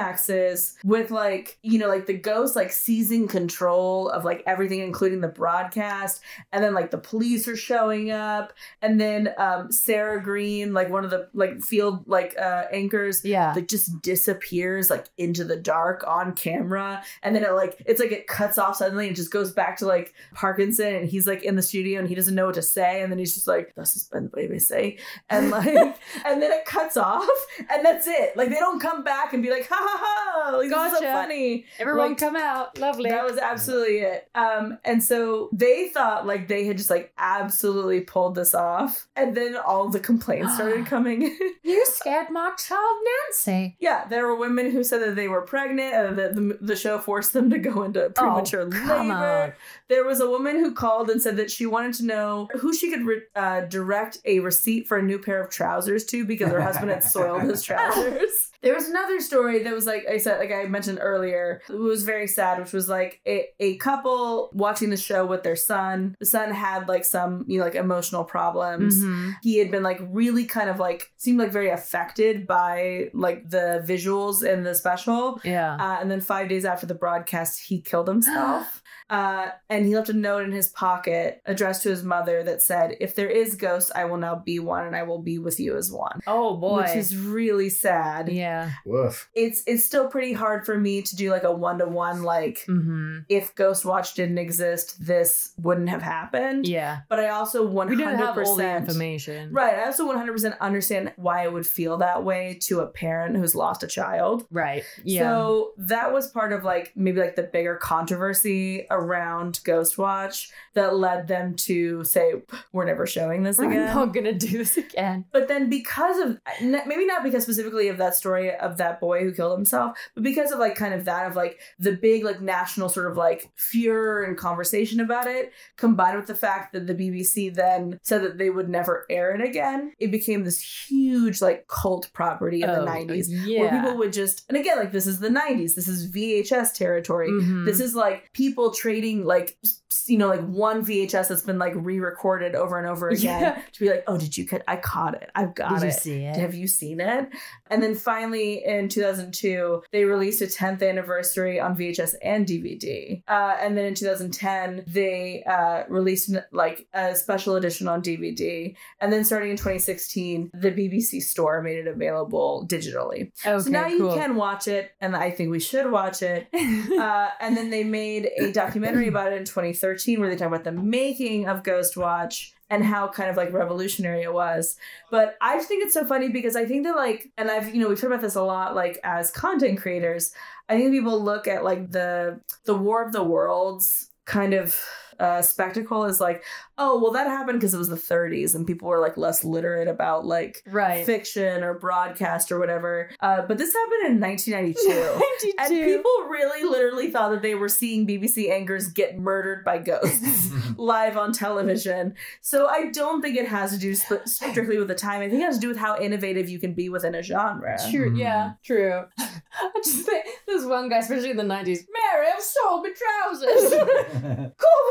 C: climaxes with like, you know, like the ghost like seizing control of like everything, including the broadcast. And then like the police are showing up. And then um Sarah Green, like one of the like field like uh anchors,
A: Yeah.
C: like just disappears like into the dark on camera. And then it like it's like it cuts off suddenly and just goes back to like Parkinson and he's like in the studio and he doesn't know what to say. And then he's just like, This has been the BBC. And like and then it cuts off, and that's it. Like they don't come back and be like, ha ha ha, like, this is so
A: Gotcha.
C: funny.
A: Everyone
C: like-
A: come out. Lovely.
C: That was absolutely it. Um, and so they thought like they had just like absolutely pulled this off, and then all the complaints started coming in.
A: you scared my child Nancy.
C: yeah, there were women who said that they were pregnant, and that the, the show forced them to go into <laughs> premature
A: Oh, Come
C: labor.
A: on.
C: There was a woman who called and said that she wanted to know who she could re- uh, direct a receipt for a new pair of trousers to because her husband had
A: <laughs>
C: soiled his trousers. There was another story that was like I said, like I mentioned earlier, it was very sad, which was like a, a couple watching the show with their son. The son had like some, you know, like emotional problems
A: Mm-hmm.
C: he had been like really kind of like seemed like very affected by like the visuals in the special.
A: Yeah.
C: Uh, and then five days after the broadcast, he
A: <gasps>
C: killed himself. Uh, and he left a note in his pocket addressed to his mother that said, If there is ghosts, I will now be one and I will be with you as one.
A: oh boy.
C: Which is really sad.
A: yeah.
B: <laughs>
C: <laughs>
B: Woof.
C: It's it's still pretty hard for me to do like a one to one like
A: Mm-hmm.
C: if Ghost Watch didn't exist, this wouldn't have happened.
A: Yeah.
C: But I also one
A: We
C: hundred
A: don't
C: percent
A: have all the information.
C: Right. I also 100% understand why it would feel that way to a parent who's lost a child.
A: Right. Yeah.
C: So that was part of like maybe like the bigger controversy around Ghostwatch that led them to say, we're never showing doing this
A: We're
C: again.
A: not gonna do this again.
C: But then because of n- maybe not because specifically of that story of that boy who killed himself, but because of like kind of that of like the big like national sort of like furor and conversation about it, combined with the fact that the BBC then said that they would never air it again, it became this huge like cult property in
A: Oh,
C: the nineties.
A: Yeah.
C: Where people would just and again like this is the nineties, this is VHS territory.
A: Mhm.
C: This is like people trading like s- s- you know like one VHS that's been like re-recorded over and over again
A: Yeah.
C: to be like, oh, did you cut? I caught it. I've got
A: Did you
C: it.
A: see it?
C: Have you seen it? And then finally in 2002, they released a 10th anniversary on VHS and DVD. Uh, and then in 2010, they uh, released like a special edition on DVD. And then starting in 2016, the BBC store made it available digitally.
A: okay,
C: so now
A: cool.
C: you can watch it, and I think we should watch it uh, and then they made a documentary about it in 2013 where they talk about the making of Ghost Watch and how kind of like revolutionary it was. But I just think it's so funny because I think that like, and I've you know we've talked about this a lot like as content creators. I think people look at like the the War of the Worlds kind of uh, spectacle as like, oh well that happened because it was the 30s and people were like less literate about like
A: <laughs> right.
C: fiction or broadcast or whatever. Uh, but this happened
A: <laughs>
C: in 1992. And
A: 92.
C: people really literally thought that they were seeing BBC anchors get murdered by
A: <laughs>
C: ghosts live on television. So I don't think it has to do sp- strictly with the time. I think it has to do with how innovative you can be within a genre.
A: True.
B: Mhm.
A: Yeah. True. <laughs> I just think this one guy, especially in the nineties, Mary, I've sold my <laughs> trousers.
C: Call the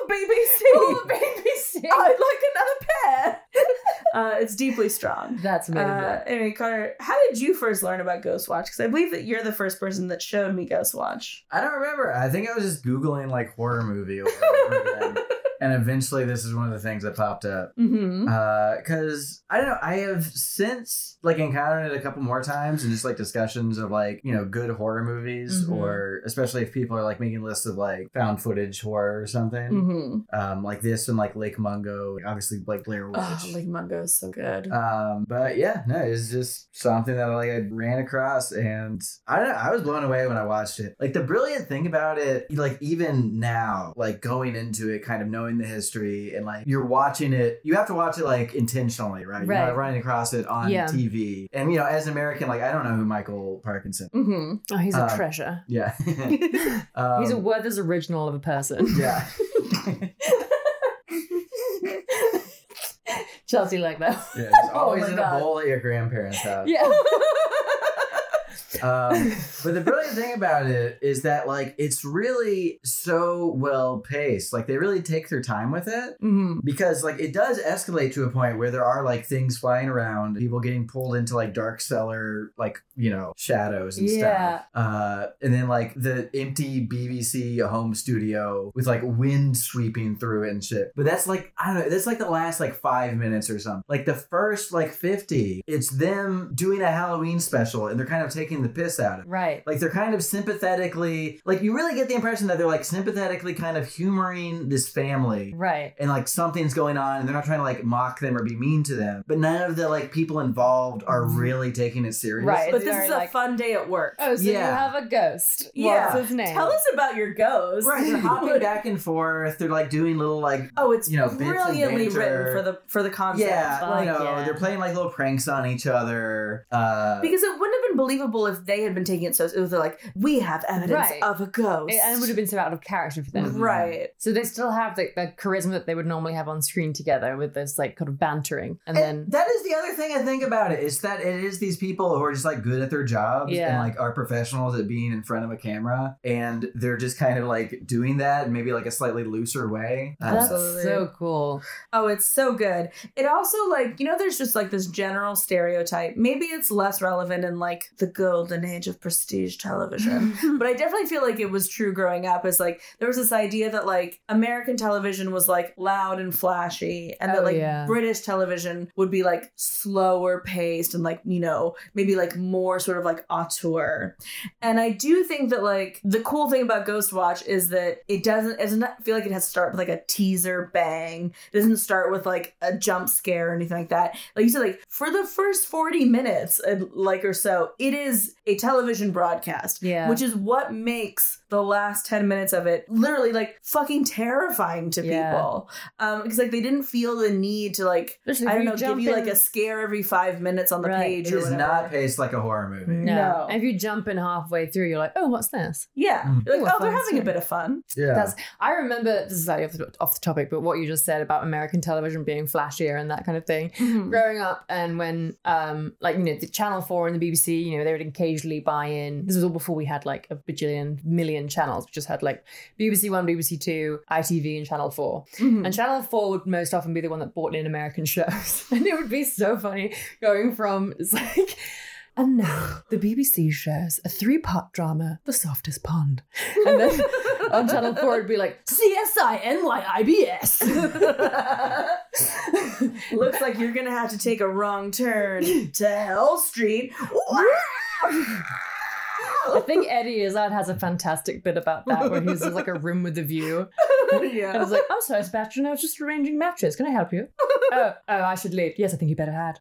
C: BBC.
A: Call the BBC.
C: I'd like another pair. uh, it's deeply strong.
A: <laughs> That's amazing.
C: Uh, anyway, Connor, how did you first learn about Ghost Watch? Because I believe that you're the first person that showed me Ghost Watch.
B: I don't remember. I think I was just googling like horror movie, over and over
C: <laughs>
B: again. and eventually this is one of the things that popped up.
C: Mm-hmm.
B: because I don't know. I have since like encountered it a couple more times and just like discussions of like you know good horror movies
C: Mm-hmm.
A: Mhm.
B: or especially if people are like making lists of like found footage horror or something
C: Mm-hmm.
B: um like this and like Lake Mungo obviously like Blair Witch.
C: Oh, like Mungo is so good.
A: Uh,
B: um but yeah no it's just something that like i ran across and i don't know i was blown away when i watched it like the brilliant thing about it like even now like going into it kind of knowing the history and like you're watching it you have to watch it like intentionally right, you're
A: Right.
B: not running across it on
A: Yeah.
B: tv and you know as an american like i don't know who michael parkinson
C: mm-hmm.
A: oh, he's a
B: uh,
A: treasure.
B: yeah <laughs>
A: <laughs>
B: um,
A: he's a worthless original of a person.
B: yeah
A: <laughs> Chelsea like that.
B: yeah he's
A: <laughs> Oh
B: always
A: my
B: in
A: God.
B: a bowl at your grandparents
A: <laughs>
B: house
A: yeah.
B: um, but the brilliant thing about it is that like it's really so well paced like they really take their time with it
C: Mm-hmm.
B: because like it does escalate to a point where there are like things flying around people getting pulled into like dark cellar like you know shadows and
A: Yeah.
B: stuff uh and then like the empty bbc home studio with like wind sweeping through it and shit but that's like i don't know that's like the last like five minutes or something like the first like 50 it's them doing a halloween special and they're kind of taking the piss out of it
A: Right.
B: like they're kind of sympathetically, like you really get the impression that they're like sympathetically kind of humoring this family
A: Right.
B: and like something's going on and they're not trying to like mock them or be mean to them. But none of the like people involved are really taking it serious.
A: Right.
C: But
A: It's
C: this
A: very
C: is a
A: like-
C: fun day at work.
A: Oh, so you
B: Yeah.
A: have a ghost.
C: Yeah.
A: What's his name?
C: Tell us about your ghost.
B: Right.
C: <laughs>
B: They're hopping back and forth. They're like doing little like
C: Oh, it's
B: You know, bits and
C: brilliantly
B: banter.
C: written for the for the concept.
B: yeah,
A: Fuck
B: you know,
A: yeah.
B: they're playing like little pranks on each other. Uh
C: Because it wouldn't have been believable if they had been taking it so it was like we have evidence
A: Right.
C: of a ghost.
A: It- and it would have been so out of character for them.
C: Mm-hmm.
B: been-
C: right.
A: So they still have the, the charisma that they would normally have on screen together with this like kind of bantering, and,
B: And
A: then
B: that is the other thing I think about it is that it is these people who are just like good at their jobs
A: Yeah.
B: and like are professionals at being in front of a camera and they're just kind of like doing that in maybe like a slightly looser way. Uh,
A: that's
C: Absolutely.
A: so cool.
C: Oh, it's so good. It also like you know, there's just like this general stereotype. Maybe it's less relevant in like the golden age of prestige television.
A: <laughs>
C: but I definitely feel like it was true growing up. Is like there was this idea that like American television was like loud and flashy, and
A: Oh,
C: that like
A: yeah.
C: British television would be like slower paced and like you know maybe like more sort of like auteur. And I do think that like the cool thing about Ghost Watch is that it doesn't. It doesn't feel like it has to start with like a teaser bang. It doesn't start with like a jump scare or anything uh, like that. Like you said, like for the first forty minutes, and like or so, it is is a television broadcast.
A: Yeah.
C: Which is what makes the last 10 minutes of it literally like fucking terrifying to
A: Yeah.
C: people. Um, because like they didn't feel the need to like,
A: Listen, if
C: I don't
A: you
C: know, give
A: jump
C: you like
A: in-
C: a scare every five minutes on the
A: Right.
C: page
B: It
C: or
B: is
C: whatever.
B: not paced like a horror movie.
A: No.
C: No.
A: If you jump in halfway through, you're like, oh, what's this?
C: yeah.
B: Mm.
C: You're
A: Ooh,
C: like,
A: a
C: oh, they're
A: fun
C: having a
A: story.
C: bit of fun.
A: <laughs>
B: Yeah.
A: Mm-hmm. That's. I remember this is slightly off the, off the topic, but what you just said about American television being flashier and that kind of thing. Growing up, and when, um, like you know, the Channel Four and the BBC, you know, they would occasionally buy in. This was all before we had like a bajillion million channels. We just had like BBC One, BBC Two, ITV, and Channel Four.
C: Mhm.
A: And Channel 4 would most often be the one that bought in American <laughs> shows. And it would be so funny going from, it's like, and now the BBC shows a three part drama, The Softest Pond. And then on Channel 4, it'd be like, CSI NYIBS.
C: <laughs> Looks like you're gonna have to take a wrong turn to
A: <laughs>
C: Hell Street.
A: I think Eddie Izzard has a fantastic bit about that where he's in like a room with a view. And
C: yeah.
A: he's like, I'm sorry, Sebastian, I was just arranging matches. Can I help
C: <laughs>
A: you? oh, oh, I should leave. Yes, I think you better had.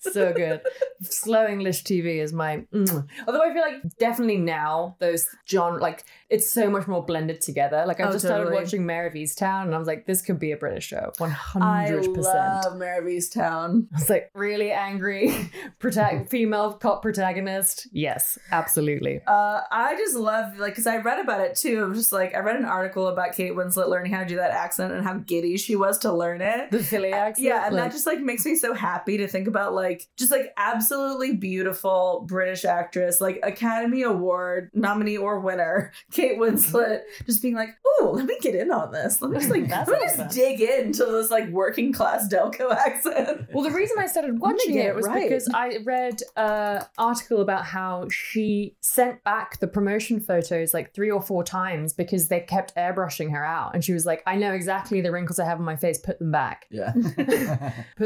A: so good. Slow English TV is my. mm. Although I feel like definitely now those genre like it's so much more blended together. Like I
C: Oh,
A: just started
C: totally.
A: watching Mayor of Easttown and I was like, this could be a British show, one
C: I
A: hundred percent.
C: love Mare of Easttown.
A: I was like really angry, <laughs> protag- female cop protagonist. Yes, absolutely.
C: Uh, I just love like because I read about it too. I'm just like I read an article about Kate Winslet learning how to do that accent and how giddy she was to learn it.
A: The Philly accent.
C: Uh, Yeah, and
A: like-
C: that just like makes me so happy to think about like just like absolutely beautiful British actress, like Academy Award nominee or winner, <laughs> Kate Winslet, just being like, oh, let me get in on this. Let me
A: <laughs>
C: just like
A: That
C: let me
A: sounds fun.
C: just dig into this like working class Delco <laughs> accent.
A: Well, the reason I started
C: gonna
A: watching
C: get
A: it
C: it
A: was
C: right.
A: because I read an article about how she sent back the promotion photos like three or four times because they kept airbrushing her out. And she was like, I know exactly the wrinkles I have on my face. Put them back. <laughs>
B: yeah.
A: Put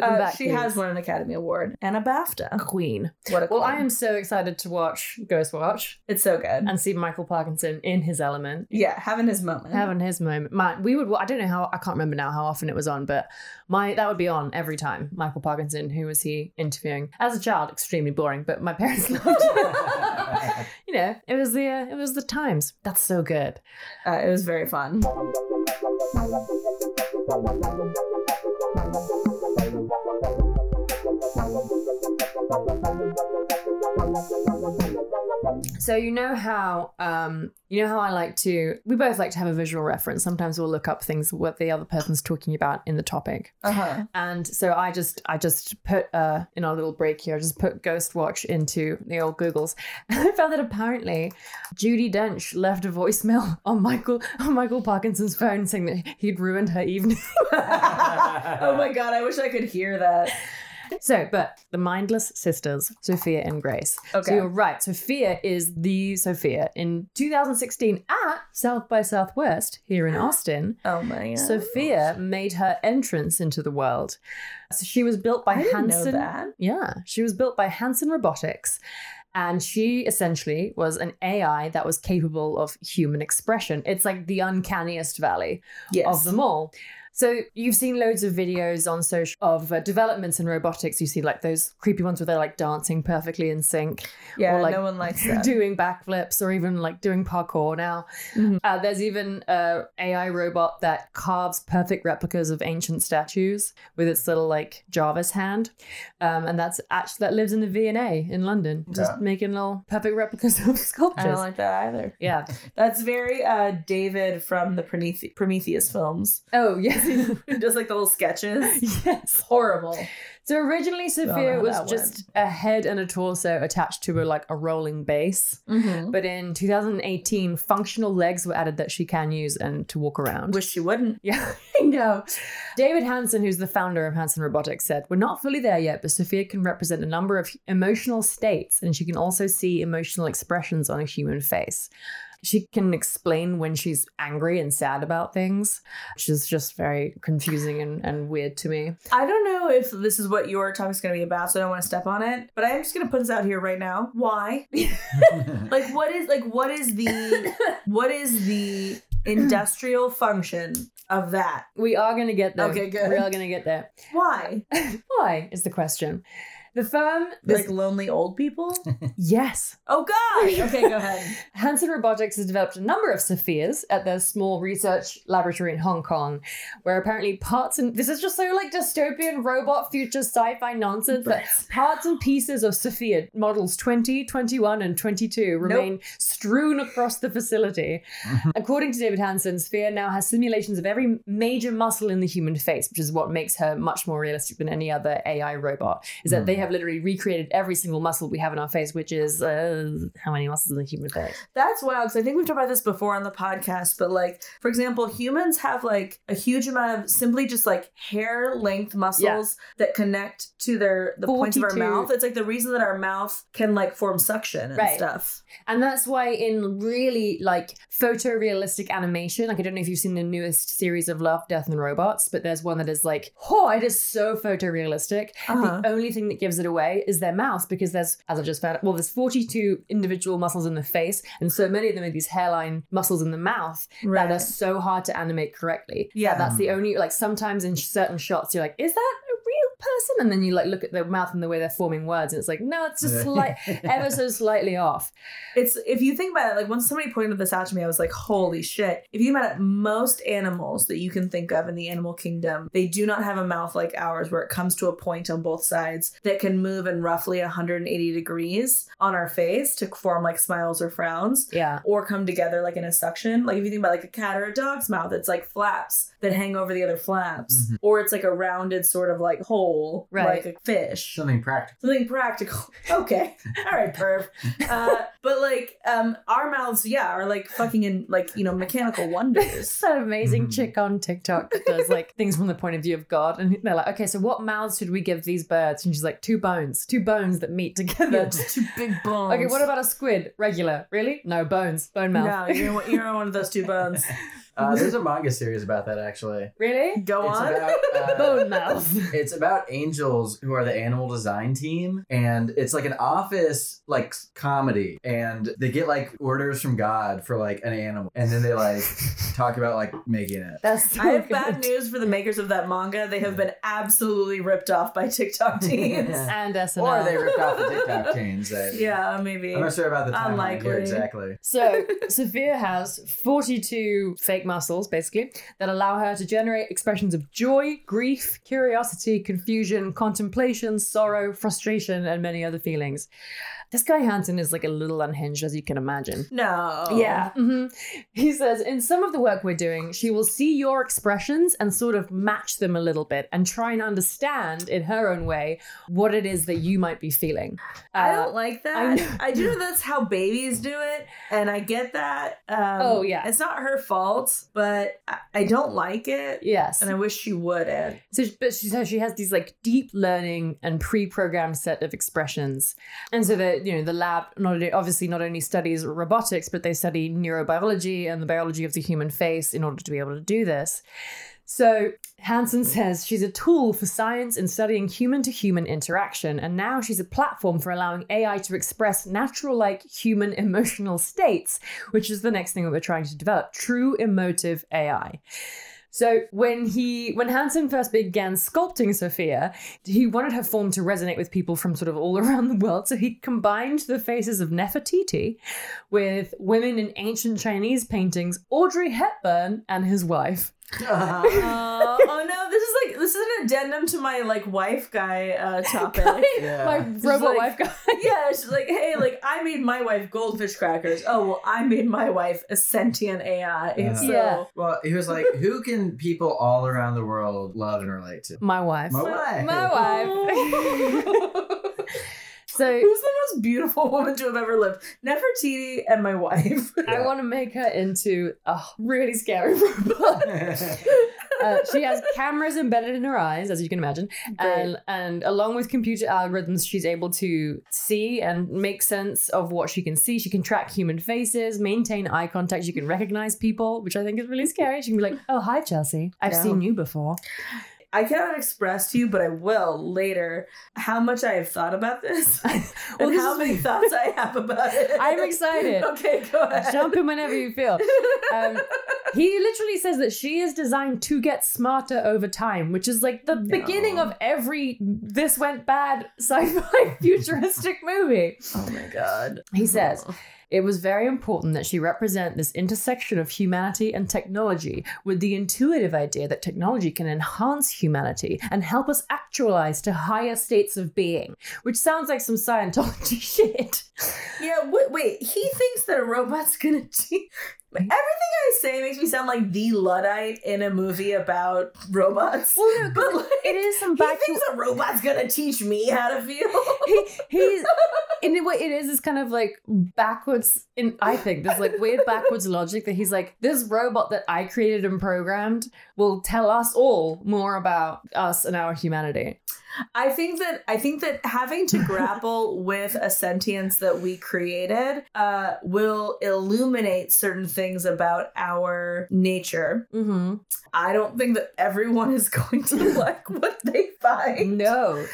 A: them
C: Uh,
A: back.
C: she
A: please."
C: has won an Academy Award and a BAFTA.
A: Queen.
C: What a
A: Well, I
C: queen.
A: am so excited to watch Ghost Watch
C: It's so good.
A: and see Michael Parkinson in his element.
C: yeah, having his moment.
A: Having his moment, man. We would. I don't know how. I can't remember now how often it was on, but my that would be on every time. Michael Parkinson. Who was he interviewing? As a child, extremely boring, but my <laughs> parents loved it.
B: <laughs>
A: you know, it was the uh, it was the times. That's so good.
C: Uh, it was very fun.
A: So you know how um you know how I like to we both like to have a visual reference. Sometimes we'll look up things what the other person's talking about in the topic.
C: Uh huh.
A: And so I just I just put uh in our little break here, I just put Ghost Watch into the old Googles. <laughs> And I found that apparently Judy Dench left a voicemail <laughs> on Michael on Michael Parkinson's phone saying that he'd ruined her evening. <laughs>
C: oh
B: <laughs>
C: my god, I wish I could hear that.
A: so, but the mindless sisters, Sophia and Grace. So
C: Okay.
A: you're right. Sophia is the Sophia in 2016 at South by Southwest here in
C: <gasps>
A: Austin.
C: oh my god.
A: Sophia made her entrance into the world. So she was built by
C: I didn't know
A: Hanson.
C: that.
A: Yeah, she was built by Hanson Robotics. And she essentially was an AI that was capable of human expression. It's like the uncanniest valley
C: Yes.
A: of them all. So you've seen loads of videos on social of uh, developments in robotics. You see like those creepy ones where they're like dancing perfectly in sync,
C: Yeah,
A: or, like,
C: no one
A: <laughs>
C: likes that.
A: doing backflips, or even like doing parkour. Now
C: Mhm.
A: uh, there's even a AI robot that carves perfect replicas of ancient statues with its little like Jarvis hand, um, and that's actually that lives in the V and A in London, just
B: Yeah.
A: making little perfect replicas of <laughs>
C: I don't
A: sculptures.
C: like that either.
A: yeah.
C: That's very uh, David from the Promethe- Prometheus films. <laughs>
A: Oh yes.
C: Who does like the little sketches.
A: yes.
C: Horrible.
A: So originally, Sophia
C: how
A: was
C: that
A: just a head and a torso attached to a, like a rolling base. But in 2018, functional legs were added that she can use and to walk around.
C: Wish she wouldn't.
A: <laughs> yeah, I know. David Hansen, who's the founder of Hansen Robotics, said, We're not fully there yet, but Sophia can represent a number of emotional states and she can also see emotional expressions on a human face. She can explain when she's angry and sad about things, which is just very confusing and, and weird to me.
C: I don't know if this is what your talk is going to be about, so I don't want to step on it. But I am just going to put this out here right now. Why? like, what is like what is the what is the industrial function of that?
A: We are going to get there.
C: Okay, good.
A: We are going to get there.
C: Why?
A: Why is the question. The firm,
C: Like lonely old people?
A: yes,
C: Oh god. Okay, go ahead.
A: Hanson Robotics has developed a number of Sophias at their small research laboratory in Hong Kong, where apparently parts and this is just so like dystopian robot future sci-fi nonsense that parts and pieces of Sophia models 20, 21, and 22 remain strewn across the facility. According to David Hansen, Sphere now has simulations of every major muscle in the human face, which is what makes her much more realistic than any other AI robot. Is that
B: Hmm.
A: they have literally recreated every single muscle we have in our face, which is uh, how many muscles in the human face?
C: That's wild because I think we've talked about this before on the podcast, but like, for example, humans have like a huge amount of simply just like hair length muscles that connect to their the points of our
A: 42.
C: mouth. It's like the reason that our mouth can like form suction and
A: Right.
C: stuff.
A: And that's why in really like photorealistic animation, like I don't know if you've seen the newest series of Love, Death and Robots, but there's one that is like, oh, it is so photorealistic.
C: Uh-huh.
A: The only thing that gives it away is their mouth because there's, as I've just found, out, well, there's 42 individual muscles in the face, and so many of them are these hairline muscles in the mouth
C: Right. Um.
A: that are so hard to animate correctly.
C: Yeah.
A: That's the only like sometimes in certain shots you're like, is that a real person? And then you like look at their mouth and the way they're forming words, and it's like, no, it's just slight,
C: <laughs>
A: ever so slightly off.
C: It's if you think about it, like once somebody pointed this out to me, I was like, holy shit. If you think about it, most animals that you can think of in the animal kingdom, they do not have a mouth like ours where it comes to a point on both sides that can move in roughly 180 degrees on our face to form like smiles or frowns.
A: Yeah.
C: Or come together like in a suction. Like if you think about like a cat or a dog's mouth, it's like flaps that hang over the other flaps.
B: Mhm.
C: Or it's like a rounded sort of like hole,
A: Right.
C: like a fish
B: Something practical.
C: something practical. <laughs> Okay, all right, perv. Uh, but like, um, our mouths, yeah, are like fucking in like you know mechanical
A: There's
B: <laughs>
C: wonders.
A: that amazing
C: Mm-hmm.
B: Mhm.
A: chick on TikTok that does like things from the point of view of God. And they're like, okay, so what mouths should we give these birds? And she's like, two bones, two bones that meet together.
C: just two big bones.
A: okay, what about a squid? Regular. Really? No, bones, bone mouth.
C: No, you're, you're on one of those two bones.
B: Uh, there's a manga series about that actually.
A: <laughs> Really?
C: Go
B: It's
A: <laughs>
C: on.
B: about, uh,
A: Bone mouth.
B: <laughs> It's about angels who are the animal design team, and it's like an office like comedy, and they get like orders from God for like an animal, and then they
C: <laughs>
B: like talk about like making it.
A: <laughs> That's so
C: I have
A: <laughs> good.
C: bad news for the makers of that manga. They have been absolutely ripped off by TikTok teens.
B: <laughs> Yeah.
A: And SNL.
B: Or they ripped off the
C: <laughs>
B: TikTok chains. that-
C: yeah, maybe.
B: I'm not sure about the timeline here
C: Unlikely. <laughs>
B: exactly. <laughs>
A: So, Sophia has 42 fake muscles, basically, that allow her to generate expressions of joy, grief, curiosity, confusion, contemplation, sorrow, frustration, and many other feelings. This guy Hansen is like a little unhinged, as you can imagine.
C: No.
A: Mhm. He says, in some of the work we're doing, she will see your expressions and sort of match them a little bit and try and understand in her own way what it is that you might be feeling.
C: I
A: Uh,
C: don't like
A: I
C: that.
A: know.
C: I, do know that's how babies do it, and I get that. Um,
A: Oh, yeah.
C: it's not her fault, but I, I don't like it,
A: Yes.
C: <laughs> and I wish she wouldn't.
A: So, but she says she has these like deep learning and pre-programmed set of expressions, and so the you know the lab not only- obviously not only studies robotics, but they study neurobiology and the biology of the human face in order to be able to do this. So Hansen says she's a tool for science in studying human-to-human interaction, and now she's a platform for allowing AI to express natural-like human emotional states, which is the next thing that we're trying to develop: true emotive AI. So when he when Hansen first began sculpting Sophia, he wanted her form to resonate with people from sort of all <laughs> around the world. So he combined the faces of Nefertiti with women in ancient Chinese paintings, Audrey Hepburn and his wife.
C: <laughs> Uh, oh no, this is like this is an addendum to my like wife
A: <laughs>
C: guy uh, topic. <laughs>
B: Yeah.
A: My robot wife
C: like-
A: guy.
C: yeah, she's like, hey, like I made my wife goldfish crackers. Oh well, I made my wife a sentient AI.
B: Yeah.
C: So
A: Yeah.
B: Well, he was like, who can people all around the world love and relate to?
A: My wife.
B: My wife.
A: My
B: <laughs>
A: wife. so
C: who's the most beautiful <laughs> woman to have ever lived? Nefertiti and my wife. <laughs>
A: I want to make her into a really scary <laughs>
B: <laughs>
A: robot. Uh, she has cameras embedded in her eyes, as you can imagine, and and along with computer algorithms, she's able to see and make sense of what she can see. She can track human faces, maintain eye contact. She can recognize people, which I think is really scary. She can be like, "Oh, hi, Chelsea. I've
C: Yeah.
A: seen you
C: <laughs>
A: before." <laughs>
C: I cannot express to you, but I will later, how much I have thought about this
A: <laughs> Well,
C: and
A: this <laughs>
C: how
A: is-
C: many thoughts I have about it.
A: I'm excited.
C: <laughs> Okay, go ahead. <laughs>
A: Jump in whenever you feel. Um, He literally says that she is designed to get smarter over time, which is like the beginning of every this went bad sci-fi <laughs> futuristic movie.
C: Oh my god.
A: He says, It was very important that she represent this intersection of humanity and technology with the intuitive idea that technology can enhance humanity and help us actualize to higher states of being, which sounds like some Scientology <laughs> shit.
C: Yeah, wait, wait. He thinks that a robot's <laughs> gonna. Te- Everything I say makes me sound like the Luddite in a movie about <laughs> robots.
A: Well, no,
C: But like,
A: it is some
C: he
A: back to
C: thinks a robot's gonna teach me how to feel. <laughs>
A: he he's in a way it is is kind of like backwards in I think there's like weird backwards logic that he's like this robot that I created and programmed will tell us all more about us and our humanity.
C: I think that I think that having to <laughs> grapple with a sentience that we created uh, will illuminate certain things about our nature.
A: Mm-hmm.
C: I don't think that everyone is <laughs> going to like what they find.
A: No. <laughs>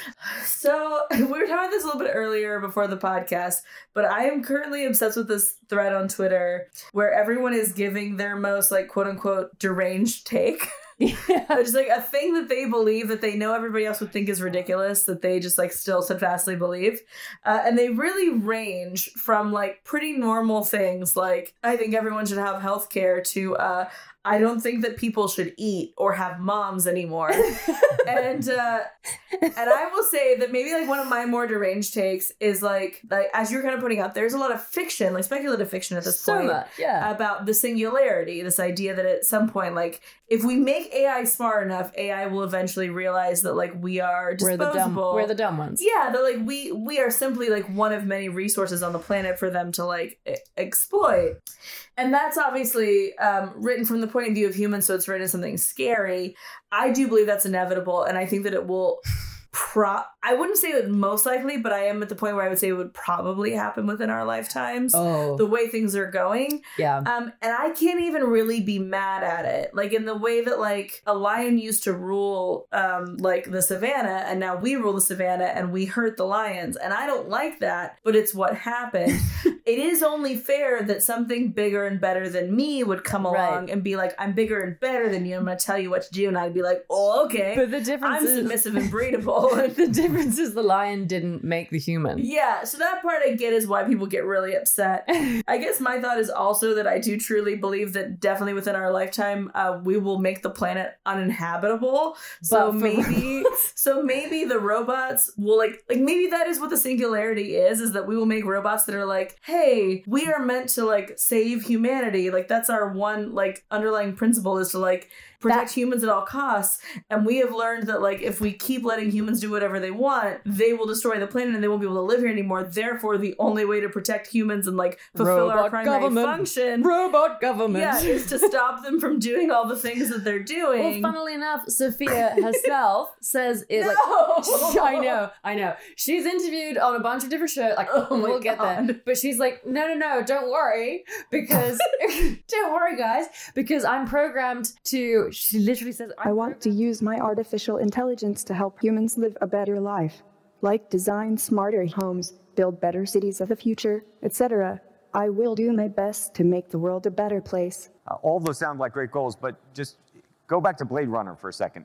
C: So <laughs> we were talking about this a little bit earlier before the podcast, but I am currently obsessed with this thread on Twitter where everyone is giving their most like quote unquote deranged take. <laughs>
A: Yeah.
C: It's like a thing that they believe that they know everybody else would think is ridiculous that they just like still steadfastly believe. Uh, and they really range from like pretty normal things like I think everyone should have health care to uh, I don't think that people should eat or have moms anymore. and uh, and I will say that maybe like one of my more deranged takes is like like as you were kind of putting out, there's a lot of fiction, like speculative fiction at this
A: so
C: point Uh,
A: much. Yeah.
C: about the singularity, this idea that at some point, like, if we make AI smart enough, AI will eventually realize that like we are
A: we're
C: disposable.
A: the dumb. We're the dumb ones.
C: yeah, that like we we are simply like one of many resources on the planet for them to like e- exploit, and that's obviously um, written from the point of view of humans, so it's written as something scary. I do believe that's inevitable, and I think that it will. Pro- I wouldn't say it would most likely, but I am at the point where I would say it would probably happen within our lifetimes.
A: Oh.
C: The way things are going,
A: yeah.
C: um, and I can't even really be mad at it. Like in the way that like a lion used to rule um like the savannah and now we rule the savannah and we hurt the lions. And I don't like that, but it's what
A: <laughs>
C: happened. it is only fair that something bigger and better than me would come
A: Right.
C: along and be like, I'm bigger and better than you, I'm gonna tell you what to do, and I'd be like, Oh, okay.
A: But the difference
C: I'm
A: is <laughs>
C: submissive and breedable. <laughs>
A: the difference is the lion didn't make the <laughs> human.
C: yeah, so that part I get is why people get really upset. I guess my thought is also that I do truly believe that definitely within our lifetime, uh, we will make the planet uninhabitable. So
A: But for
C: maybe, <laughs> so maybe the robots will like, like maybe that is what the singularity is: is that we will make robots that are like, hey, we are meant to like save humanity. Like that's our one like underlying principle is to like protect humans at all costs. And we have learned that like if we keep letting humans do whatever they want, they will destroy the planet and they won't be able to live here anymore. Therefore, the only way to protect humans and like fulfill our
A: Robot
C: primary
A: government. <laughs>
C: function
A: Robot government.
C: yeah, is to stop them from doing all the things that they're
A: <laughs> Well,
C: doing.
A: funnily enough, Sophia
C: <laughs>
A: herself says it like <laughs>
C: no!
A: I know, I know. She's interviewed on a bunch of different shows. Like,
C: Oh my
A: we'll get there.
C: God.
A: But she's like, no, no, no, don't worry.
C: <laughs>
A: Because, <laughs> don't worry, guys, because I'm programmed to. She literally says,
D: I want to
A: use.
D: use my artificial intelligence to help humans live a better life, like design smarter homes, build better cities of the future, etc. I will do my best to make the world a better place.
E: Uh, all of those sound like great goals, but just go back to Blade Runner for a second.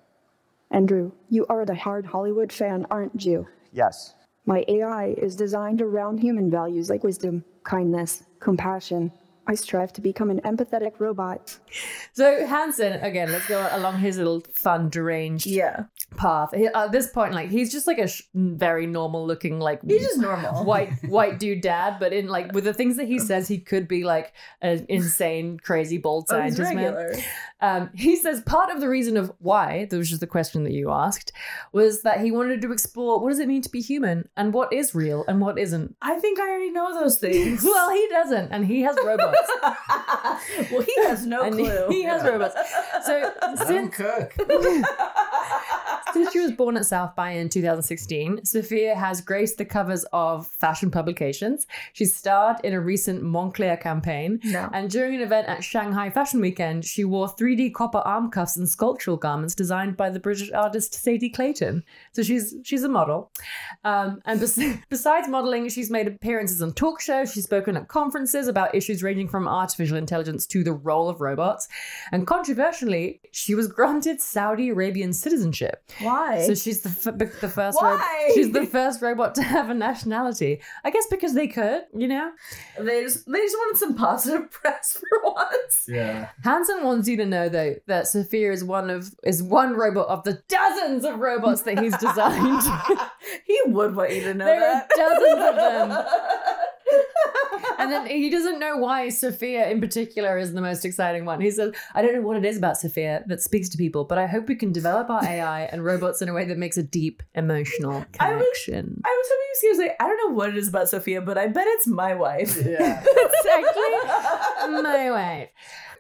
D: Andrew, you are the hard Hollywood fan, aren't you?
E: Yes.
D: My AI is designed around human values like wisdom, kindness, compassion. I strive to become an empathetic robot.
A: So, Hanson, again, let's go along his little fun, deranged
C: Yeah,
A: path. He- at this point, like, he's just like a sh- very normal looking, like,
C: he's just
A: <laughs>
C: normal.
A: white white dude dad but in like with the things that he says he could be like an insane crazy bold
C: Oh, he's
A: scientist man
C: regular.
A: Um, he says part of the reason of why, which is the question that you asked, was that he wanted to explore what does it mean to be human and what is real and what
C: <laughs>
A: isn't.
C: I think I already know those things.
A: <laughs> Well, he doesn't, and he has robots.
C: <laughs> well, he has <laughs> no
A: and <laughs>
C: clue. <laughs>
A: He, he has robots. So
B: Let him
A: since
B: cook.
A: Since she was born at South by in 2016, Sophia has graced the covers of fashion publications. She starred in a recent Montclair campaign.
C: No.
A: And during an event at Shanghai Fashion Weekend, she wore 3D copper arm cuffs and sculptural garments designed by the British artist Sadie Clayton. So she's she's a model. Um, and bes- <laughs> besides modeling, she's made appearances on talk shows. She's spoken at conferences about issues ranging from artificial intelligence to the role of robots. And controversially, she was granted Saudi Arabian citizenship.
C: Why?
A: So she's the, f- the first.
C: Why?
A: Rob- she's the first robot to have a nationality. I guess because they could, you know.
C: they just they just wanted some positive <laughs> press for once. <laughs>
B: Yeah.
A: Hansen wants you to know though that Sophia is one of is one robot of the dozens of robots that he's
C: <laughs>
A: designed. <laughs>
C: he would want you to know
A: There are
C: that.
A: dozens of
C: <laughs>
A: them. And then he doesn't know why Sophia in particular is the most exciting one. He says, I don't know what it is about Sophia that speaks to people, but I hope we can develop our AI and robots in a way that makes a deep emotional
C: I was-
A: connection.
C: I was hoping you was like, I don't know what it is about Sophia, but I bet it's my wife.
A: <laughs>
B: Yeah.
A: exactly. my wife.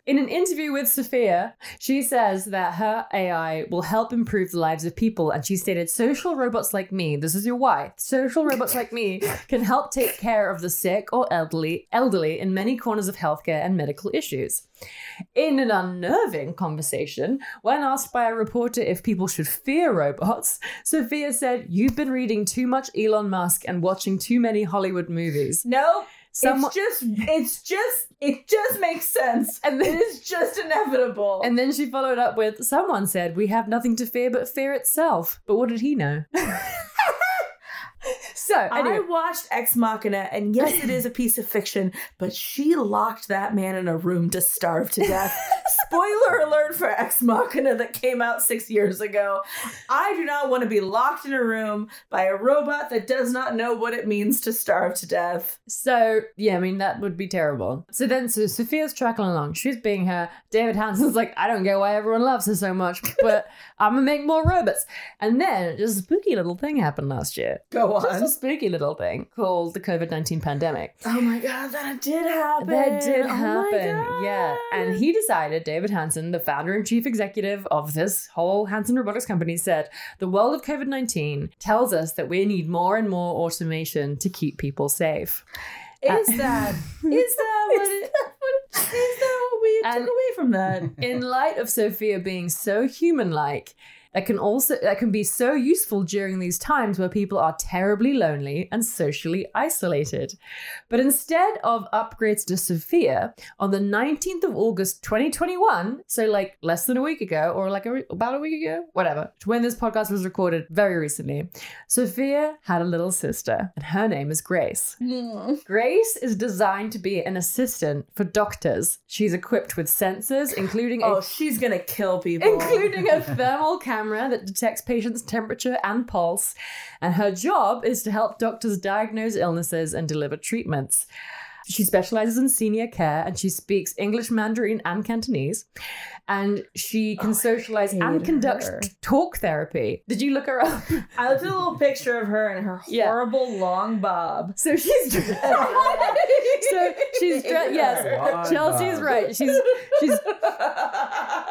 A: In an interview with Sophia, she says that her AI will help improve the lives of people. And she stated, social robots like me, this is your wife, social robots like me can help take care of the sick or elderly, elderly in many corners of healthcare and medical issues. In an unnerving conversation, when asked by a reporter if people should fear robots, Sophia said, You've been reading too much Elon Musk and watching too many Hollywood movies.
C: No,
A: Someone-
C: it's just, it's just, it just makes sense, and
A: <laughs>
C: it is just inevitable.
A: And then she followed up with, Someone said, We have nothing to fear but fear itself. But what did he know? <laughs> so, anyway.
C: I watched Ex Machina, and yes, it is a piece of fiction, but she locked that man in a room to starve to <laughs> death. Spoiler alert for Ex Machina that came out six years ago. I do not want to be locked in a room by a robot that does not know what it means to starve to death.
A: So, yeah, I mean, that would be terrible. So then so Sophia's tracking along. She's being her. David Hansen's like, I don't get why everyone loves her so much, but I'm going to make more robots. And then just a spooky little thing happened last year.
B: <laughs> Go
A: Just
B: on.
A: a spooky little thing called the COVID 19 pandemic.
C: Oh my god, that did happen.
A: That did
C: Oh my
A: happen.
C: God.
A: yeah. And he decided, David Hansen, the founder and chief executive of this whole Hansen Robotics company, said, The world of COVID 19 tells us that we need more and more automation to keep people
C: <laughs>
A: safe.
C: is <laughs> that is that what it, is that what we
A: And-
C: took away from <laughs> that?
A: In light of Sophia being so human like, that can also that can be so useful during these times where people are terribly lonely and socially isolated. But instead of upgrades to Sophia, on the 19th of August 2021, so like less than a week ago, or like a re- about a week ago, whatever, to when this podcast was recorded very recently, Sophia had a little sister, and her name is Grace. Grace is designed to be an assistant for doctors. She's equipped with sensors, including a
C: Oh, she's gonna kill people.
A: including a thermal camera that detects patients' temperature and pulse. And her job is to help doctors diagnose illnesses and deliver treatments. She specializes in senior care and she speaks English, Mandarin, and Cantonese. And she can socialize and
C: hate
A: conduct
C: her.
A: t- talk therapy. Did you look her up?
C: I looked at a little picture of her and her
A: <laughs> Yeah.
C: horrible long bob.
A: So she's <laughs> so she's dre-
C: <laughs>
A: yes,
B: Why
A: Chelsea's
B: not?
A: right. She's she's